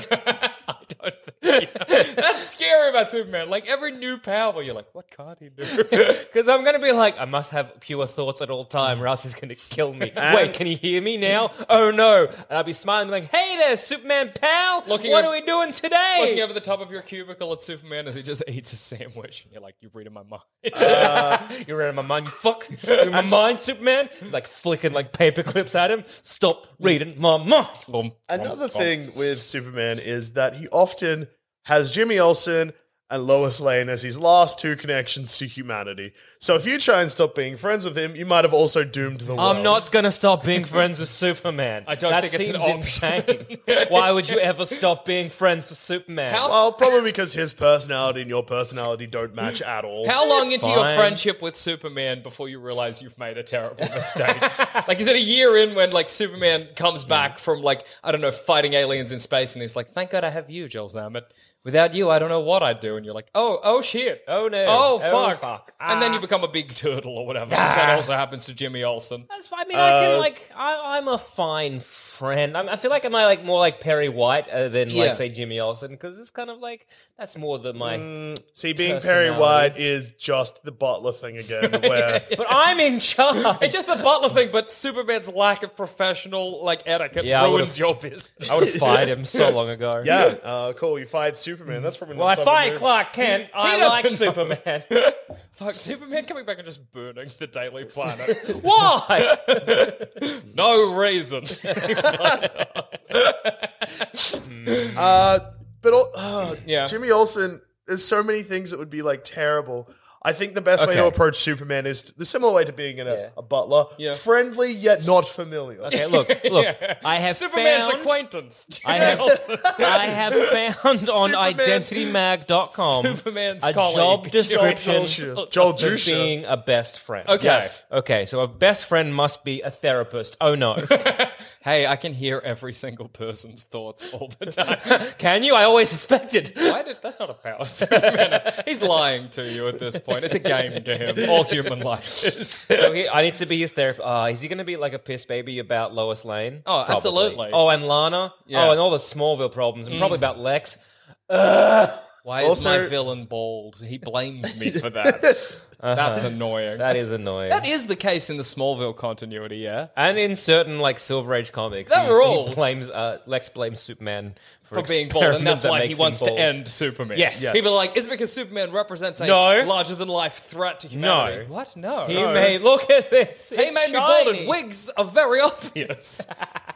[SPEAKER 9] That's scary about Superman. Like every new power, you're like, what can't he do?
[SPEAKER 1] Because I'm going to be like, I must have pure thoughts at all time, or else he's going to kill me. Wait, can he hear me now? Oh no! And I'll be smiling, like, Hey there, Superman pal.
[SPEAKER 9] Looking
[SPEAKER 1] what
[SPEAKER 9] over-
[SPEAKER 1] are we doing today?
[SPEAKER 9] Looking over the top of your cubicle at Superman as he just eats a sandwich, and you're like, "You're reading my mind."
[SPEAKER 8] Uh,
[SPEAKER 1] You're out of my mind, you fuck. You're in my mind, Superman. Like flicking like paper clips at him. Stop reading my mind.
[SPEAKER 8] Another thing with Superman is that he often has Jimmy Olsen and Lois Lane as his last two connections to humanity. So if you try and stop being friends with him, you might have also doomed the world.
[SPEAKER 1] I'm not gonna stop being friends with Superman. I
[SPEAKER 9] don't
[SPEAKER 1] that
[SPEAKER 9] think it's
[SPEAKER 1] seems
[SPEAKER 9] an
[SPEAKER 1] insane. Why would you ever stop being friends with Superman?
[SPEAKER 8] well, probably because his personality and your personality don't match at all.
[SPEAKER 9] How long into your
[SPEAKER 8] Fine.
[SPEAKER 9] friendship with Superman before you realize you've made a terrible mistake? like, is it a year in when like Superman comes back from like I don't know fighting aliens in space and he's like, "Thank God I have you, Joel Zammett. Without you, I don't know what I'd do." And you're like, "Oh, oh shit,
[SPEAKER 1] oh no,
[SPEAKER 9] oh
[SPEAKER 1] Oh, Ah.
[SPEAKER 9] fuck,", and then you become a big turtle or whatever. 'cause That also happens to Jimmy Olsen.
[SPEAKER 1] That's I mean, I
[SPEAKER 9] Uh,
[SPEAKER 1] can like, I, I'm a fine friend. I'm, I feel like am I like more like Perry White uh, than
[SPEAKER 8] Yeah.
[SPEAKER 1] like say Jimmy Olsen because it's kind of like that's more than my.
[SPEAKER 9] Mm.
[SPEAKER 8] See, being Perry White is just the butler thing again. Where
[SPEAKER 1] but I'm in charge.
[SPEAKER 9] It's just the butler thing, but Superman's lack of professional like etiquette
[SPEAKER 1] Yeah, I would've-
[SPEAKER 9] ruins your business.
[SPEAKER 1] I would've fired him so long ago.
[SPEAKER 8] Yeah, uh, cool. You fired Superman. That's probably.
[SPEAKER 1] Well,
[SPEAKER 8] not
[SPEAKER 1] I
[SPEAKER 8] probably
[SPEAKER 1] fired
[SPEAKER 8] good.
[SPEAKER 1] Clark Kent.
[SPEAKER 9] He
[SPEAKER 1] I
[SPEAKER 9] doesn't
[SPEAKER 1] like
[SPEAKER 9] know.
[SPEAKER 1] Superman.
[SPEAKER 9] Fuck, Superman coming back and just burning the Daily Planet.
[SPEAKER 1] Why?
[SPEAKER 9] no reason.
[SPEAKER 8] Uh, but al- uh,
[SPEAKER 9] Yeah.
[SPEAKER 8] Jimmy Olsen. There's so many things that would be like terrible. I think the best way to
[SPEAKER 9] Okay.
[SPEAKER 8] approach Superman is the similar way to being in a, a butler, friendly yet not familiar.
[SPEAKER 1] Okay, look, look. I have
[SPEAKER 9] Superman's
[SPEAKER 1] found,
[SPEAKER 9] acquaintance.
[SPEAKER 1] I have- I have found on
[SPEAKER 9] Superman-
[SPEAKER 1] identitymag.com
[SPEAKER 9] Superman's
[SPEAKER 1] a
[SPEAKER 9] colleague,
[SPEAKER 1] job
[SPEAKER 9] Joel
[SPEAKER 1] description
[SPEAKER 9] Dusha. Joel
[SPEAKER 1] of
[SPEAKER 9] Dusha.
[SPEAKER 1] being a best friend.
[SPEAKER 9] Okay. Yes.
[SPEAKER 1] Okay, so a best friend must be a therapist. Oh no.
[SPEAKER 9] hey, I can hear every single person's thoughts all the time.
[SPEAKER 1] Can you? I always suspected.
[SPEAKER 9] Why did, that's not a power Superman. He's lying to you at this point. It's a game to him. All human life is.
[SPEAKER 1] so he, I need to be his therapist. Uh, is he going to be like a piss baby about Lois Lane?
[SPEAKER 9] Oh, absolutely.
[SPEAKER 1] Oh, and Lana.
[SPEAKER 9] Yeah.
[SPEAKER 1] Oh, and all the Smallville problems, and
[SPEAKER 9] Mm.
[SPEAKER 1] probably about Lex. Ugh.
[SPEAKER 9] Why is my villain bald? He blames me for that. That's
[SPEAKER 1] Uh-huh.
[SPEAKER 9] annoying.
[SPEAKER 1] That is annoying.
[SPEAKER 9] That is the case in the Smallville continuity, yeah.
[SPEAKER 1] and in certain like Silver Age comics,
[SPEAKER 9] That
[SPEAKER 1] he-
[SPEAKER 9] rules.
[SPEAKER 1] He blames uh, Lex blames Superman for,
[SPEAKER 9] For being bald, and
[SPEAKER 1] experiments
[SPEAKER 9] that's
[SPEAKER 1] that
[SPEAKER 9] why he
[SPEAKER 1] makes him
[SPEAKER 9] wants to
[SPEAKER 1] bald.
[SPEAKER 9] end Superman.
[SPEAKER 1] Yes,
[SPEAKER 9] People are like, is it because Superman represents a
[SPEAKER 1] No.
[SPEAKER 9] larger than life threat to
[SPEAKER 1] no.
[SPEAKER 9] humanity? What? No.
[SPEAKER 1] He
[SPEAKER 9] no.
[SPEAKER 1] made look at this.
[SPEAKER 9] He
[SPEAKER 1] It's
[SPEAKER 9] made me bald,
[SPEAKER 1] shiny.
[SPEAKER 9] and wigs are very obvious.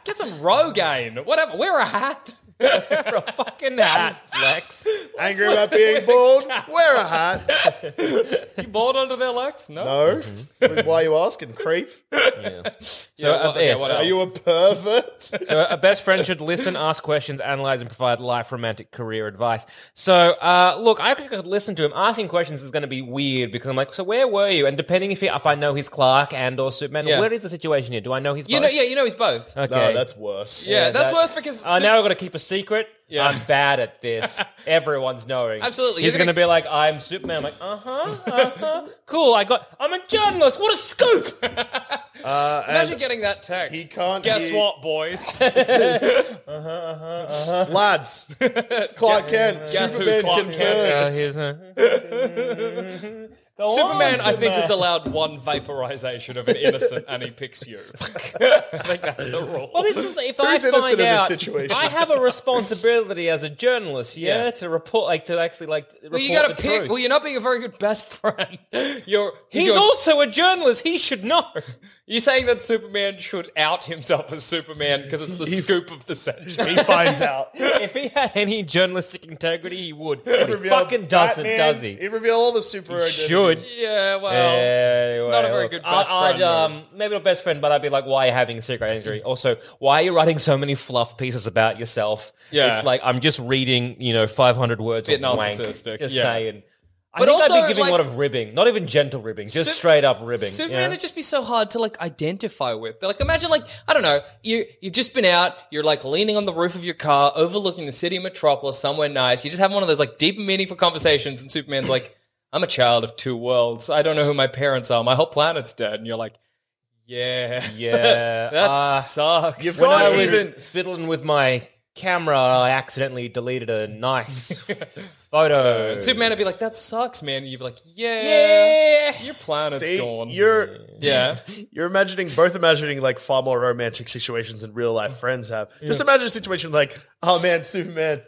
[SPEAKER 9] Get some Rogaine, whatever. Wear a hat.
[SPEAKER 1] fucking hat, Lex.
[SPEAKER 8] Angry about being bald? Wear a hat.
[SPEAKER 9] You bald under there, Lex? No. Mm-hmm.
[SPEAKER 8] No. Why are you asking, creep?
[SPEAKER 1] So, uh, yes, uh,
[SPEAKER 8] are you a pervert?
[SPEAKER 1] so a best friend should listen, ask questions, analyze, and provide life, romantic, career advice. So, uh, look, I could listen to him. Asking questions is going to be weird because I'm like, so where were you? And depending if he, if I know he's Clark and or Superman,
[SPEAKER 9] Yeah.
[SPEAKER 1] where is the situation here? Do I know he's?
[SPEAKER 9] You know,
[SPEAKER 1] both?
[SPEAKER 9] yeah, you know he's both.
[SPEAKER 1] Okay.
[SPEAKER 8] No, that's worse.
[SPEAKER 9] Yeah, that's
[SPEAKER 1] that-
[SPEAKER 9] worse because
[SPEAKER 1] Oh,
[SPEAKER 9] Sup-
[SPEAKER 1] now I've got to keep a secret. I'm bad at this. Everyone's knowing.
[SPEAKER 9] Absolutely.
[SPEAKER 1] He's
[SPEAKER 9] You're
[SPEAKER 1] going
[SPEAKER 9] gonna-
[SPEAKER 1] to be like, I'm Superman. I'm like, uh huh, uh huh. cool. I got. I'm a journalist. What a scoop.
[SPEAKER 8] Uh,
[SPEAKER 9] Imagine getting that text. He can't. Guess
[SPEAKER 8] he-
[SPEAKER 9] what, boys?
[SPEAKER 8] Uh-huh, Lads, Clark Kent,
[SPEAKER 9] Guess who
[SPEAKER 8] Superman
[SPEAKER 9] Clark Kent
[SPEAKER 8] confirms.
[SPEAKER 9] is?
[SPEAKER 1] Uh, Go on,
[SPEAKER 9] Superman, I think, is
[SPEAKER 1] Superman.
[SPEAKER 9] allowed one vaporization of an innocent, and he picks you. I think that's the rule.
[SPEAKER 1] Well, this is if
[SPEAKER 9] Who's
[SPEAKER 1] I
[SPEAKER 9] innocent in
[SPEAKER 1] find
[SPEAKER 9] this
[SPEAKER 1] out,
[SPEAKER 9] situation?
[SPEAKER 1] I have a responsibility as a journalist, yeah,
[SPEAKER 9] Yeah.
[SPEAKER 1] to report, like to actually like. Report
[SPEAKER 9] Well, you got
[SPEAKER 1] the
[SPEAKER 9] to pick.
[SPEAKER 1] truth.
[SPEAKER 9] Well, you're not being a very good best friend. You're.
[SPEAKER 1] He's
[SPEAKER 9] you're-
[SPEAKER 1] also a journalist. He should know.
[SPEAKER 9] You're saying that Superman should out himself as Superman because it's the scoop of the century.
[SPEAKER 8] He finds out.
[SPEAKER 1] if he had any journalistic integrity, he would. But he
[SPEAKER 8] Reveal
[SPEAKER 1] fucking doesn't,
[SPEAKER 8] Batman.
[SPEAKER 1] does he?
[SPEAKER 8] He reveal all the super
[SPEAKER 1] He should.
[SPEAKER 9] Yeah, well,
[SPEAKER 1] Anyway,
[SPEAKER 9] it's not a very
[SPEAKER 1] look,
[SPEAKER 9] good best
[SPEAKER 1] I,
[SPEAKER 9] friend.
[SPEAKER 1] I'd,
[SPEAKER 9] move.
[SPEAKER 1] um, maybe not best friend, but I'd be like, why are you having a secret injury? Also, why are you writing so many fluff pieces about yourself?
[SPEAKER 9] Yeah.
[SPEAKER 1] It's like, I'm just reading, you know, 500 words
[SPEAKER 9] Bit
[SPEAKER 1] of wank.
[SPEAKER 9] narcissistic,
[SPEAKER 1] Just
[SPEAKER 9] yeah.
[SPEAKER 1] saying. I
[SPEAKER 9] But
[SPEAKER 1] think I'd
[SPEAKER 9] also,
[SPEAKER 1] be giving a lot
[SPEAKER 9] like-
[SPEAKER 1] of ribbing. Not even gentle ribbing, just
[SPEAKER 9] Sup-
[SPEAKER 1] straight up ribbing.
[SPEAKER 9] Superman
[SPEAKER 1] yeah?
[SPEAKER 9] would just be so hard to like identify with. Like imagine like I don't know, you you've just been out, you're like leaning on the roof of your car, overlooking the city of metropolis, somewhere nice. You're just having one of those like deep and meaningful conversations, and Superman's like, "I'm a child of two worlds. I don't know who my parents are. My whole planet's dead." And you're like, "Yeah,
[SPEAKER 1] Yeah,
[SPEAKER 9] that
[SPEAKER 1] uh,
[SPEAKER 9] sucks."
[SPEAKER 8] you've
[SPEAKER 1] when
[SPEAKER 8] not
[SPEAKER 1] I was
[SPEAKER 8] even-
[SPEAKER 1] fiddling with my camera, I accidentally deleted a nice photo.
[SPEAKER 9] And Superman would be like, "That sucks, man." And you'd be like, "Yeah,
[SPEAKER 1] Yeah.
[SPEAKER 9] your planet's
[SPEAKER 8] See,
[SPEAKER 9] gone."
[SPEAKER 8] you're
[SPEAKER 9] yeah.
[SPEAKER 8] you're imagining both imagining like far more romantic situations than real life friends have. Just imagine a situation like, oh man, Superman.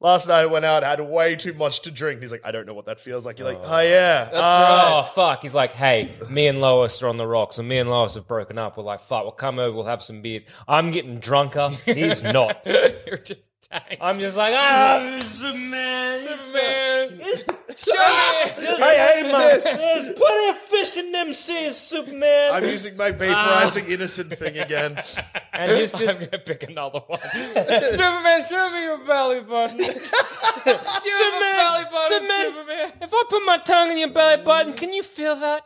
[SPEAKER 8] Last night I went out, had way too much to drink. He's like, I don't know what that feels like. You're like,
[SPEAKER 9] Uh,
[SPEAKER 8] oh yeah,
[SPEAKER 1] That's
[SPEAKER 8] ah,
[SPEAKER 1] right. Oh fuck! He's like, hey, me and Lois are on the rocks, and me and Lois have broken up. We're like, fuck, we'll come over, we'll have some beers. I'm getting drunker. He's not.
[SPEAKER 9] You're just tanked.
[SPEAKER 1] I'm just like, ah, Superman,
[SPEAKER 9] Superman.
[SPEAKER 1] Show me.
[SPEAKER 8] I hate this.
[SPEAKER 1] There's plenty of fish in them seas, Superman.
[SPEAKER 8] I'm using my
[SPEAKER 1] Ah.
[SPEAKER 8] vaporizing innocent thing again.
[SPEAKER 1] and he's just
[SPEAKER 9] I'm gonna pick another one. Superman, show me your belly button. Show me your belly button, Superman.
[SPEAKER 1] If I put my tongue in your belly button, can you feel that?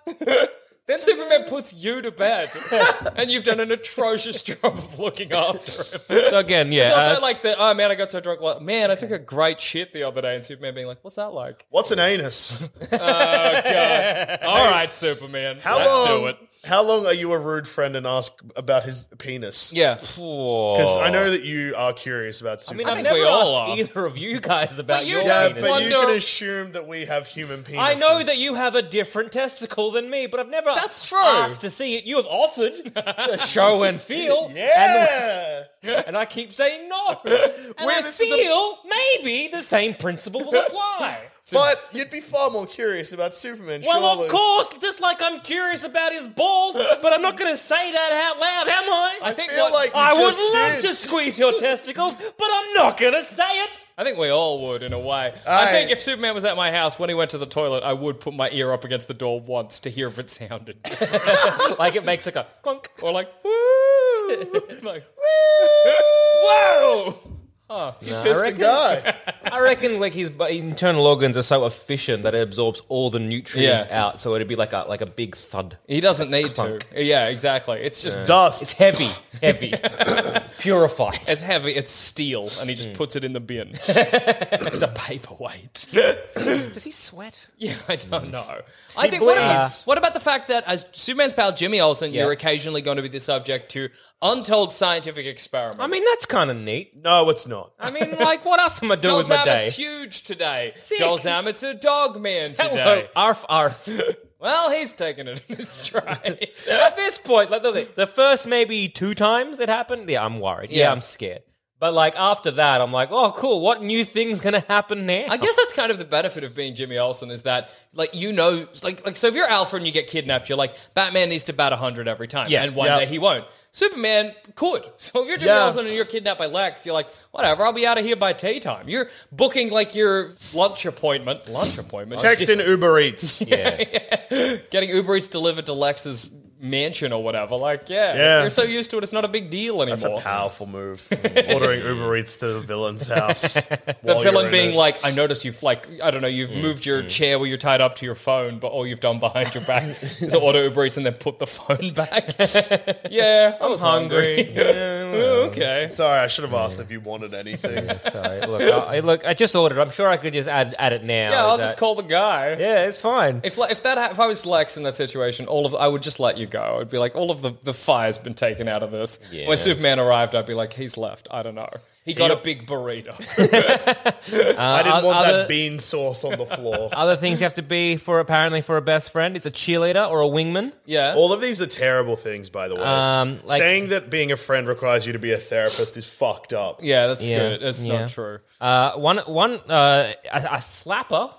[SPEAKER 9] Then Superman puts you to bed, and you've done an atrocious job of looking after him.
[SPEAKER 1] So again, yeah,
[SPEAKER 9] It's also
[SPEAKER 1] uh,
[SPEAKER 9] like the oh man, I got so drunk. Like, man, I took a great shit the other day, and Superman being like, "What's that like?"
[SPEAKER 8] What's an anus?
[SPEAKER 9] God. All right, Superman,
[SPEAKER 8] How
[SPEAKER 9] let's
[SPEAKER 8] long,
[SPEAKER 9] do it.
[SPEAKER 8] How long are you a rude friend and ask about his penis?
[SPEAKER 9] Yeah.
[SPEAKER 8] Because I know that you are curious about Superman.
[SPEAKER 9] mean, I've never asked
[SPEAKER 1] either of you guys about
[SPEAKER 9] you
[SPEAKER 1] your
[SPEAKER 8] Yeah,
[SPEAKER 1] penis.
[SPEAKER 8] but you can assume that we have human penises.
[SPEAKER 1] I know that you have a different testicle than me, but I've never
[SPEAKER 9] That's true.
[SPEAKER 1] asked to see it. You have offered to show and feel.
[SPEAKER 8] Yeah.
[SPEAKER 1] And, and I keep saying no. And I feel maybe the same principle will apply.
[SPEAKER 8] But you'd be far more curious about Superman.
[SPEAKER 1] well,
[SPEAKER 8] surely.
[SPEAKER 1] of course, just like I'm curious about his balls, but I'm not going to say that out loud, am I?
[SPEAKER 9] I think feel what- like you
[SPEAKER 1] I would
[SPEAKER 9] just
[SPEAKER 1] love
[SPEAKER 9] did.
[SPEAKER 1] to squeeze your testicles, but I'm not going to say it.
[SPEAKER 9] I think we all would in a way. I,
[SPEAKER 8] I-
[SPEAKER 9] think if Superman was at my house when he went to the toilet, I would put my ear up against the door once to hear if it sounded
[SPEAKER 1] like it makes like a clunk
[SPEAKER 9] or like woo, like woo, whoa. Oh,
[SPEAKER 1] No,
[SPEAKER 8] Fist
[SPEAKER 1] I
[SPEAKER 8] a
[SPEAKER 1] reckon,
[SPEAKER 8] guy.
[SPEAKER 1] I reckon like his bu- internal organs are so efficient that it absorbs all the nutrients
[SPEAKER 9] Yeah.
[SPEAKER 1] out, so it'd be like a like a big thud.
[SPEAKER 9] He doesn't need
[SPEAKER 1] Clunk.
[SPEAKER 9] to. Yeah, exactly. It's just
[SPEAKER 8] Dust.
[SPEAKER 1] It's heavy, heavy, purified.
[SPEAKER 9] It's heavy. It's steel, and he
[SPEAKER 8] Hmm.
[SPEAKER 9] just puts it in the bin. it's a paperweight.
[SPEAKER 1] Does he sweat? Hmm.
[SPEAKER 9] Yeah, I don't know. I
[SPEAKER 8] He
[SPEAKER 9] think what about,
[SPEAKER 8] bleeds.
[SPEAKER 9] what about the fact that as Superman's pal Jimmy Olsen,
[SPEAKER 1] Yeah.
[SPEAKER 9] you're occasionally going to be the subject to untold scientific experiments.
[SPEAKER 1] I mean, that's kind of neat.
[SPEAKER 8] No, it's not.
[SPEAKER 1] I mean, like, what else am I doing
[SPEAKER 9] Joel
[SPEAKER 1] with my day?
[SPEAKER 9] Zammett's huge today.
[SPEAKER 1] Sick.
[SPEAKER 9] Joel Zammett's a dog man today.
[SPEAKER 1] Hello, arf, arf.
[SPEAKER 9] Well, he's taking it in his stride.
[SPEAKER 1] At this point, like look, the first maybe two times it happened, yeah, I'm worried. Yeah,
[SPEAKER 9] Yeah.
[SPEAKER 1] I'm scared. But like after that, I'm like, oh, cool. What new thing's gonna happen now?
[SPEAKER 9] I guess that's kind of the benefit of being Jimmy Olsen is that like you know like like so if you're Alpha and you get kidnapped, you're like Batman needs to bat hundred every time,
[SPEAKER 1] Yeah.
[SPEAKER 9] and one
[SPEAKER 8] Yeah.
[SPEAKER 9] day he won't. Superman could. So if you're Jimmy
[SPEAKER 8] Yeah.
[SPEAKER 9] Olsen and you're kidnapped by Lex, you're like whatever, I'll be out of here by tea time. You're booking like your lunch appointment, lunch appointment,
[SPEAKER 8] Text in Uber Eats.
[SPEAKER 1] yeah.
[SPEAKER 9] getting Uber Eats delivered to Lex's mansion or whatever. Like yeah,
[SPEAKER 8] Yeah.
[SPEAKER 9] you're so used to it, it's not a big deal anymore.
[SPEAKER 8] That's a powerful move. Ordering Uber Eats to the villain's house.
[SPEAKER 9] The villain being like, I noticed you've like, I don't know, you've
[SPEAKER 8] Mm,
[SPEAKER 9] moved your chair where you're tied up to your phone, but all you've done behind your back is order Uber Eats and then put the phone back. yeah, I was hungry.
[SPEAKER 1] hungry. Yeah, well.
[SPEAKER 9] okay.
[SPEAKER 8] Sorry, I should have asked if you wanted anything.
[SPEAKER 1] Sorry, look, I, I- look. I just ordered. I'm sure I could just add add it now.
[SPEAKER 9] Yeah, I'll
[SPEAKER 1] Is
[SPEAKER 9] just
[SPEAKER 1] that-
[SPEAKER 9] call the guy.
[SPEAKER 1] Yeah, it's fine.
[SPEAKER 9] If, like, if that ha- if I was Lex in that situation, all of I would just let you go. I'd be like, all of the, the fire's been taken out of this.
[SPEAKER 1] Yeah.
[SPEAKER 9] When Superman arrived, I'd be like, he's left. I don't know. He got a big burrito. Uh,
[SPEAKER 8] I didn't want
[SPEAKER 1] other-
[SPEAKER 8] that bean sauce on the floor.
[SPEAKER 1] Other things you have to be for apparently for a best friend. It's a cheerleader or a wingman.
[SPEAKER 9] yeah.
[SPEAKER 8] All of these are terrible things, by the way.
[SPEAKER 1] Um, like-
[SPEAKER 8] Saying that being a friend requires you to be a therapist is fucked up.
[SPEAKER 9] yeah, that's
[SPEAKER 1] Yeah,
[SPEAKER 9] good. That's
[SPEAKER 1] yeah.
[SPEAKER 9] not true.
[SPEAKER 1] Uh, one one uh, a, a slapper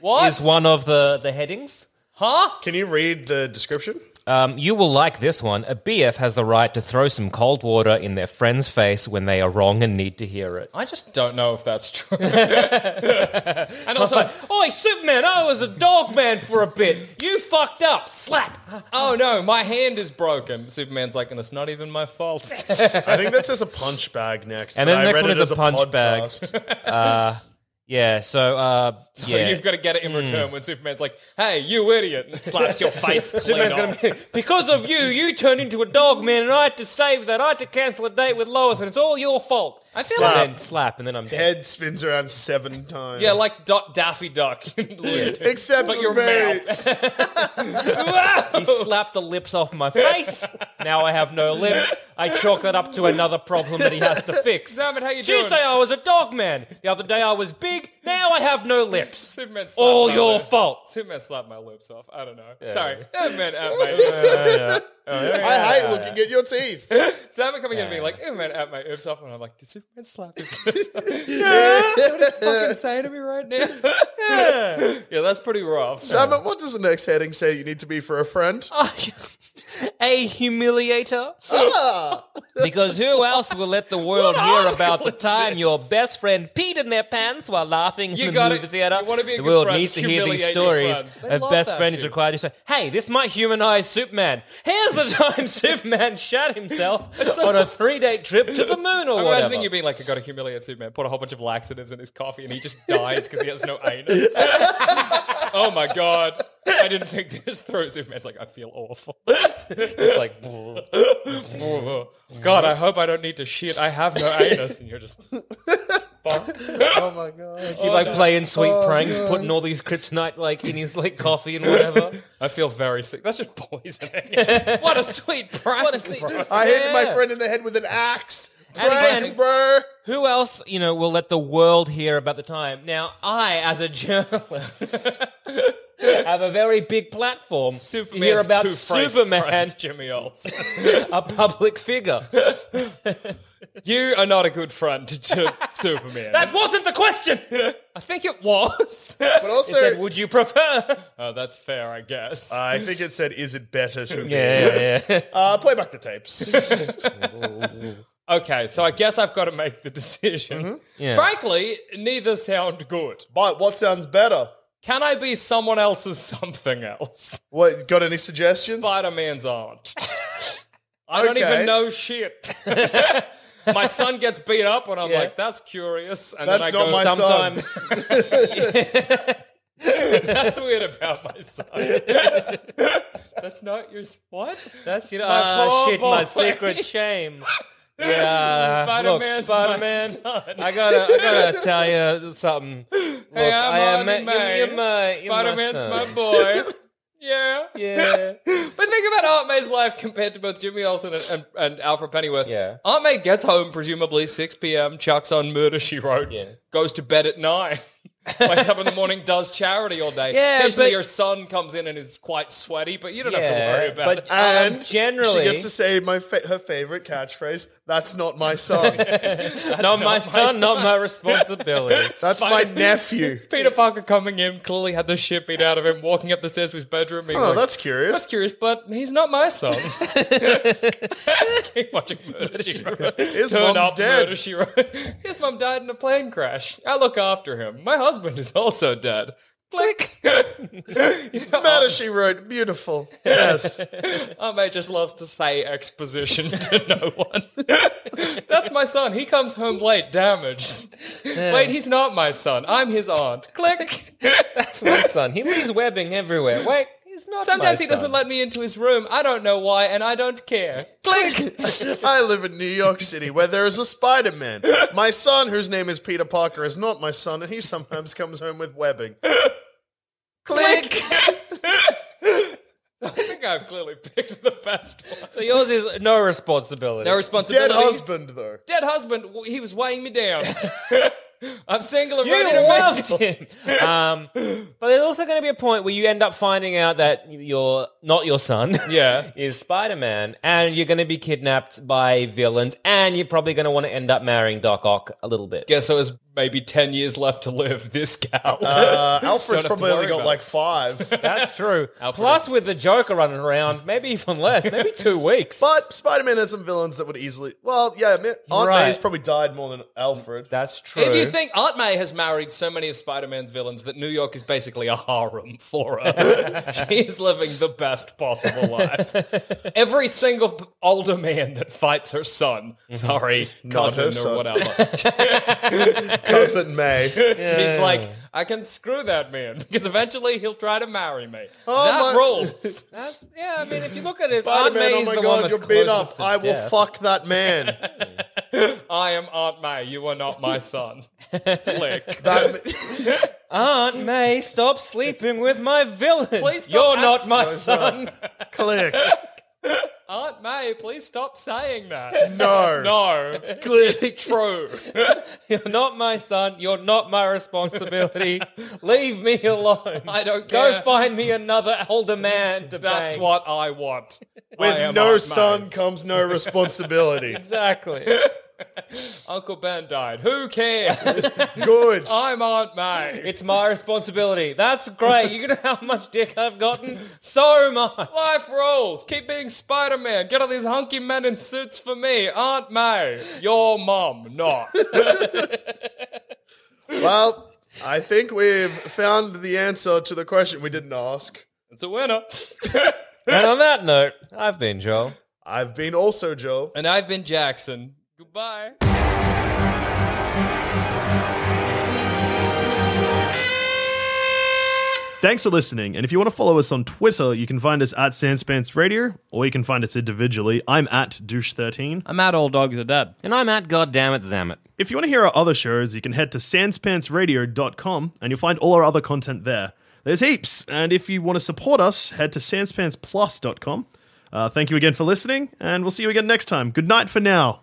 [SPEAKER 9] What?
[SPEAKER 1] is one of the the headings.
[SPEAKER 9] huh?
[SPEAKER 8] Can you read the description?
[SPEAKER 1] Um, you will like this one. A BF has the right to throw some cold water in their friend's face when they are wrong and need to hear it.
[SPEAKER 9] I just don't know if that's true. and also,
[SPEAKER 1] Oi, Superman! I was a dog man for a bit. You fucked up. Slap.
[SPEAKER 9] oh no, my hand is broken. Superman's like, and it's not even my fault.
[SPEAKER 8] I think that says a punch bag next.
[SPEAKER 1] And
[SPEAKER 8] but
[SPEAKER 1] then the
[SPEAKER 8] I
[SPEAKER 1] next
[SPEAKER 8] read
[SPEAKER 1] one
[SPEAKER 8] it
[SPEAKER 1] is a
[SPEAKER 8] as
[SPEAKER 1] punch bag.
[SPEAKER 8] podcast.
[SPEAKER 1] Yeah. So, uh, yeah. Hmm.
[SPEAKER 9] You've got to get it in return when Superman's like, hey, you idiot, and slaps your face clean
[SPEAKER 1] Superman's
[SPEAKER 9] off.
[SPEAKER 1] gonna be, because of you, you turned into a dog man, and I had to save that. I had to cancel a date with Lois, and it's all your fault. I
[SPEAKER 9] feel
[SPEAKER 1] slap.
[SPEAKER 9] like-
[SPEAKER 1] and then slap, and then I'm dead.
[SPEAKER 8] Head spins around seven times.
[SPEAKER 9] Yeah, like Do- Daffy Duck.
[SPEAKER 8] Except
[SPEAKER 9] but your
[SPEAKER 8] very-
[SPEAKER 9] mouth.
[SPEAKER 1] He slapped the lips off my face. now I have no lips. I chalk it up to another problem that he has to fix.
[SPEAKER 9] Simon, how you doing?
[SPEAKER 1] Tuesday I was a dog man. The other day I was big. Now I have no lips.
[SPEAKER 9] Superman slapped
[SPEAKER 1] All
[SPEAKER 9] my
[SPEAKER 1] your
[SPEAKER 9] lips.
[SPEAKER 1] fault.
[SPEAKER 9] Superman slapped my lips off. I don't know. Sorry. Oh, man, at my lips. Oh,
[SPEAKER 8] I hate looking at your teeth.
[SPEAKER 9] Simon coming in and being like, oh, man, at my lips off. And I'm like, did Superman slap his lips off? fucking say to me right now? yeah. that's pretty rough.
[SPEAKER 8] Sam, what does the next heading say you need to be for a friend?
[SPEAKER 1] a humiliator? because who else will let the world
[SPEAKER 9] Ah. What
[SPEAKER 1] hear
[SPEAKER 9] article
[SPEAKER 1] about the
[SPEAKER 9] is
[SPEAKER 1] time your best friend peed in their pants while laughing
[SPEAKER 9] You
[SPEAKER 1] in the
[SPEAKER 9] gotta-
[SPEAKER 1] movie theater?
[SPEAKER 9] you wanna be a
[SPEAKER 1] the
[SPEAKER 9] good
[SPEAKER 1] world
[SPEAKER 9] friend,
[SPEAKER 1] needs to hear these
[SPEAKER 9] humiliate your
[SPEAKER 1] stories.
[SPEAKER 9] friends. They
[SPEAKER 1] A
[SPEAKER 9] love
[SPEAKER 1] best
[SPEAKER 9] that
[SPEAKER 1] friend is
[SPEAKER 9] shit.
[SPEAKER 1] required to say, "Hey, this might humanize Superman." Here's the time Superman shat himself on a three-day trip to the moon, or
[SPEAKER 9] I'm
[SPEAKER 1] whatever.
[SPEAKER 9] imagining you being like, I gotta humiliate Superman, put a whole bunch of laxatives in his coffee, and he just dies because he has no anus. oh my god. I didn't think this through. Superman's like, I feel awful. it's like, God, I hope I don't need to shit. I have no anus. And you're just,
[SPEAKER 1] oh my god! You like playing sweet
[SPEAKER 9] oh,
[SPEAKER 1] pranks, putting all these kryptonite like in his like coffee and whatever.
[SPEAKER 9] I feel very sick. That's just poisoning. what a sweet prank. What a sweet
[SPEAKER 8] I hit my friend in the head with an axe.
[SPEAKER 1] And
[SPEAKER 8] Prank,
[SPEAKER 1] again-
[SPEAKER 8] bro.
[SPEAKER 1] Who else, you know, will let the world hear about the time? Now, I, as a journalist, have a very big platform to hear
[SPEAKER 9] Superman's
[SPEAKER 1] about
[SPEAKER 9] two-faced
[SPEAKER 1] Superman,
[SPEAKER 9] friend, Jimmy Olsen.
[SPEAKER 1] a public figure.
[SPEAKER 9] You are not a good friend to, to Superman.
[SPEAKER 1] That wasn't the question. I think it was.
[SPEAKER 8] But also-
[SPEAKER 1] It said, would you prefer? Uh,
[SPEAKER 9] Oh, that's fair, I guess.
[SPEAKER 8] I think it said, "Is it better to?" be?"
[SPEAKER 9] Yeah, yeah,
[SPEAKER 8] Uh, play back the tapes.
[SPEAKER 9] okay, so I guess I've got to make the decision.
[SPEAKER 1] Mm-hmm. Yeah.
[SPEAKER 9] Frankly, neither sound good.
[SPEAKER 8] but what sounds better?
[SPEAKER 9] Can I be someone else's something else?
[SPEAKER 8] What? Got any suggestions?
[SPEAKER 9] Spider Man's aunt. I don't
[SPEAKER 8] Okay.
[SPEAKER 9] even know shit. my son gets beat up, and I'm
[SPEAKER 1] Yeah.
[SPEAKER 9] like, that's curious. And
[SPEAKER 8] That's
[SPEAKER 9] then I
[SPEAKER 8] not
[SPEAKER 9] go,
[SPEAKER 8] my
[SPEAKER 9] sometimes.
[SPEAKER 8] son.
[SPEAKER 9] that's weird about my son. that's not your. s- What?
[SPEAKER 1] That's, you know,
[SPEAKER 9] My
[SPEAKER 1] ah,
[SPEAKER 9] poor
[SPEAKER 1] shit, my
[SPEAKER 9] boy.
[SPEAKER 1] secret shame. Yeah,
[SPEAKER 9] Spider-Man's
[SPEAKER 1] look, Spider-Man.
[SPEAKER 9] my son.
[SPEAKER 1] I gotta, I gotta tell you something. Look,
[SPEAKER 9] Hey, I'm
[SPEAKER 1] I am,
[SPEAKER 9] Aunt
[SPEAKER 1] ma- you're-
[SPEAKER 9] May.
[SPEAKER 1] you're my, you're my
[SPEAKER 9] Spider-Man's
[SPEAKER 1] son.
[SPEAKER 9] my boy. yeah.
[SPEAKER 1] Yeah.
[SPEAKER 9] But think about Aunt May's life compared to both Jimmy Olsen and, and, and Alfred Pennyworth.
[SPEAKER 1] Yeah.
[SPEAKER 9] Aunt May gets home presumably 6 p.m., chucks on Murder, She Wrote,
[SPEAKER 1] Yeah.
[SPEAKER 9] goes to bed at 9, wakes up in the morning, does charity all day.
[SPEAKER 1] Yeah,
[SPEAKER 9] Occasionally
[SPEAKER 1] but-
[SPEAKER 9] your son comes in and is quite sweaty, but you don't have to
[SPEAKER 1] Yeah,
[SPEAKER 9] worry about
[SPEAKER 1] but
[SPEAKER 9] it.
[SPEAKER 1] um,
[SPEAKER 8] And
[SPEAKER 1] generally,
[SPEAKER 8] she gets to say my fa- her favorite catchphrase. That's not my son.
[SPEAKER 1] not, my, son, not my responsibility.
[SPEAKER 8] That's my nephew.
[SPEAKER 9] Peter Parker coming in, clearly had the shit beat out of him, walking up the stairs to his bedroom. Being
[SPEAKER 8] Oh,
[SPEAKER 9] like,
[SPEAKER 8] that's curious.
[SPEAKER 9] That's curious, but he's not my son. Keep watching Murder She Wrote.
[SPEAKER 8] His
[SPEAKER 9] Turn
[SPEAKER 8] mom's
[SPEAKER 9] up
[SPEAKER 8] dead.
[SPEAKER 9] Murder She Wrote. His mom died in a plane crash. I look after him. My husband is also dead. Click.
[SPEAKER 8] Matter she wrote. Beautiful. Yes.
[SPEAKER 9] Aunt May just loves to say exposition to no one. That's my son. He comes home late, damaged. Wait, he's not my son. I'm his aunt. Click.
[SPEAKER 1] That's my son. He leaves webbing everywhere. Wait, he's not.
[SPEAKER 9] Sometimes
[SPEAKER 1] my
[SPEAKER 9] he doesn't
[SPEAKER 1] son.
[SPEAKER 9] let me into his room. I don't know why, and I don't care. Click.
[SPEAKER 8] I live in New York City where there is a Spider Man. My son, whose name is Peter Parker, is not my son, and he sometimes comes home with webbing. Click!
[SPEAKER 9] I think I've clearly picked the best one.
[SPEAKER 1] So yours is no responsibility.
[SPEAKER 9] No responsibility.
[SPEAKER 8] Dead husband, though.
[SPEAKER 9] Dead husband. w- He was weighing me down. I'm single and
[SPEAKER 1] You
[SPEAKER 9] ready to make-
[SPEAKER 1] loved him. Um, but there's also going to be a point where you end up finding out that you're not your son.
[SPEAKER 9] Yeah.
[SPEAKER 1] is Spider Man, and you're going to be kidnapped by villains, and you're probably going to want to end up marrying Doc Ock a little bit.
[SPEAKER 9] Guess it was maybe ten years left to live. This gal.
[SPEAKER 8] Uh,
[SPEAKER 9] Don't
[SPEAKER 8] Alfred's
[SPEAKER 9] have to
[SPEAKER 8] probably only
[SPEAKER 9] worry
[SPEAKER 8] got
[SPEAKER 9] about
[SPEAKER 8] like five.
[SPEAKER 1] That's true. Plus, with the Joker running around, maybe even less, maybe two weeks.
[SPEAKER 8] But Spider Man has some villains that would easily. Well, yeah, Ma- Aunt
[SPEAKER 1] Right.
[SPEAKER 8] May's probably died more than Alfred.
[SPEAKER 1] That's true.
[SPEAKER 9] If you think Aunt May has married so many of Spider-Man's villains that New York is basically a harem for her, she is living the best possible life. Every single p- older man that fights her son, sorry,
[SPEAKER 8] Mm-hmm. Not her
[SPEAKER 9] cousin or
[SPEAKER 8] son.
[SPEAKER 9] whatever,
[SPEAKER 8] Cousin May.
[SPEAKER 9] she's like, I can screw that man because eventually he'll try to marry me.
[SPEAKER 8] Oh
[SPEAKER 9] that
[SPEAKER 8] my-
[SPEAKER 9] rules.
[SPEAKER 1] That's, yeah, I mean, if you look at it, Aunt
[SPEAKER 8] Spider Man,
[SPEAKER 1] May
[SPEAKER 8] oh
[SPEAKER 1] is
[SPEAKER 8] my
[SPEAKER 1] the one
[SPEAKER 8] god,
[SPEAKER 1] that's
[SPEAKER 8] you're beat
[SPEAKER 1] closest
[SPEAKER 8] up.
[SPEAKER 1] to
[SPEAKER 8] I will
[SPEAKER 1] death.
[SPEAKER 8] fuck that man.
[SPEAKER 9] I am Aunt May. You are not my son. Click.
[SPEAKER 8] That,
[SPEAKER 1] Aunt May, stop sleeping with my villains.
[SPEAKER 9] Please stop
[SPEAKER 1] You're not
[SPEAKER 9] asking
[SPEAKER 1] my
[SPEAKER 9] my
[SPEAKER 1] son.
[SPEAKER 8] click.
[SPEAKER 9] Aunt May, please stop saying that.
[SPEAKER 8] No.
[SPEAKER 9] No. It's true.
[SPEAKER 1] You're not my son. You're not my responsibility. Leave me alone.
[SPEAKER 9] I don't
[SPEAKER 1] Go
[SPEAKER 9] care.
[SPEAKER 1] find me another older man to
[SPEAKER 9] That's
[SPEAKER 1] bang.
[SPEAKER 9] what I want. I
[SPEAKER 8] With
[SPEAKER 9] am
[SPEAKER 8] no
[SPEAKER 9] Aunt May.
[SPEAKER 8] son comes no responsibility.
[SPEAKER 1] Exactly.
[SPEAKER 9] Uncle Ben died. Who cares?
[SPEAKER 8] Good.
[SPEAKER 9] I'm Aunt May.
[SPEAKER 1] It's my responsibility. That's great. You know how much dick I've gotten? So much.
[SPEAKER 9] Life rules. Keep being Spider Man. Get all these hunky men in suits for me. Aunt May, your mom, not.
[SPEAKER 8] Well, I think we've found the answer to the question we didn't ask.
[SPEAKER 9] it's a winner.
[SPEAKER 1] And on that note, I've been Joel.
[SPEAKER 8] I've been also Joe.
[SPEAKER 9] and I've been Jackson. Goodbye.
[SPEAKER 8] Thanks for listening. And if you want to follow us on Twitter, you can find us at Sanspants Radio, or you can find us individually. I'm at Douche13.
[SPEAKER 13] I'm at Old Dog the Dad. And I'm at Goddammit Zammit.
[SPEAKER 8] If you want to hear our other shows, you can head to sanspantsradio.com and you'll find all our other content there. There's heaps. And if you want to support us, head to sanspantsplus.com. Uh, thank you again for listening, and we'll see you again next time. Good night for now.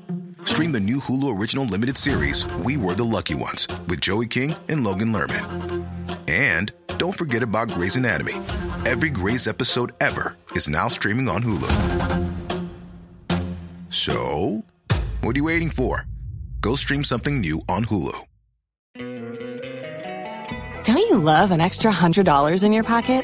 [SPEAKER 3] Stream the new Hulu original limited series We Were the Lucky Ones with Joey King and Logan Lerman. And don't forget about Grey's Anatomy. Every Grey's episode ever is now streaming on Hulu. So, what are you waiting for? Go stream something new on Hulu.
[SPEAKER 4] Don't you love an extra $100 in your pocket?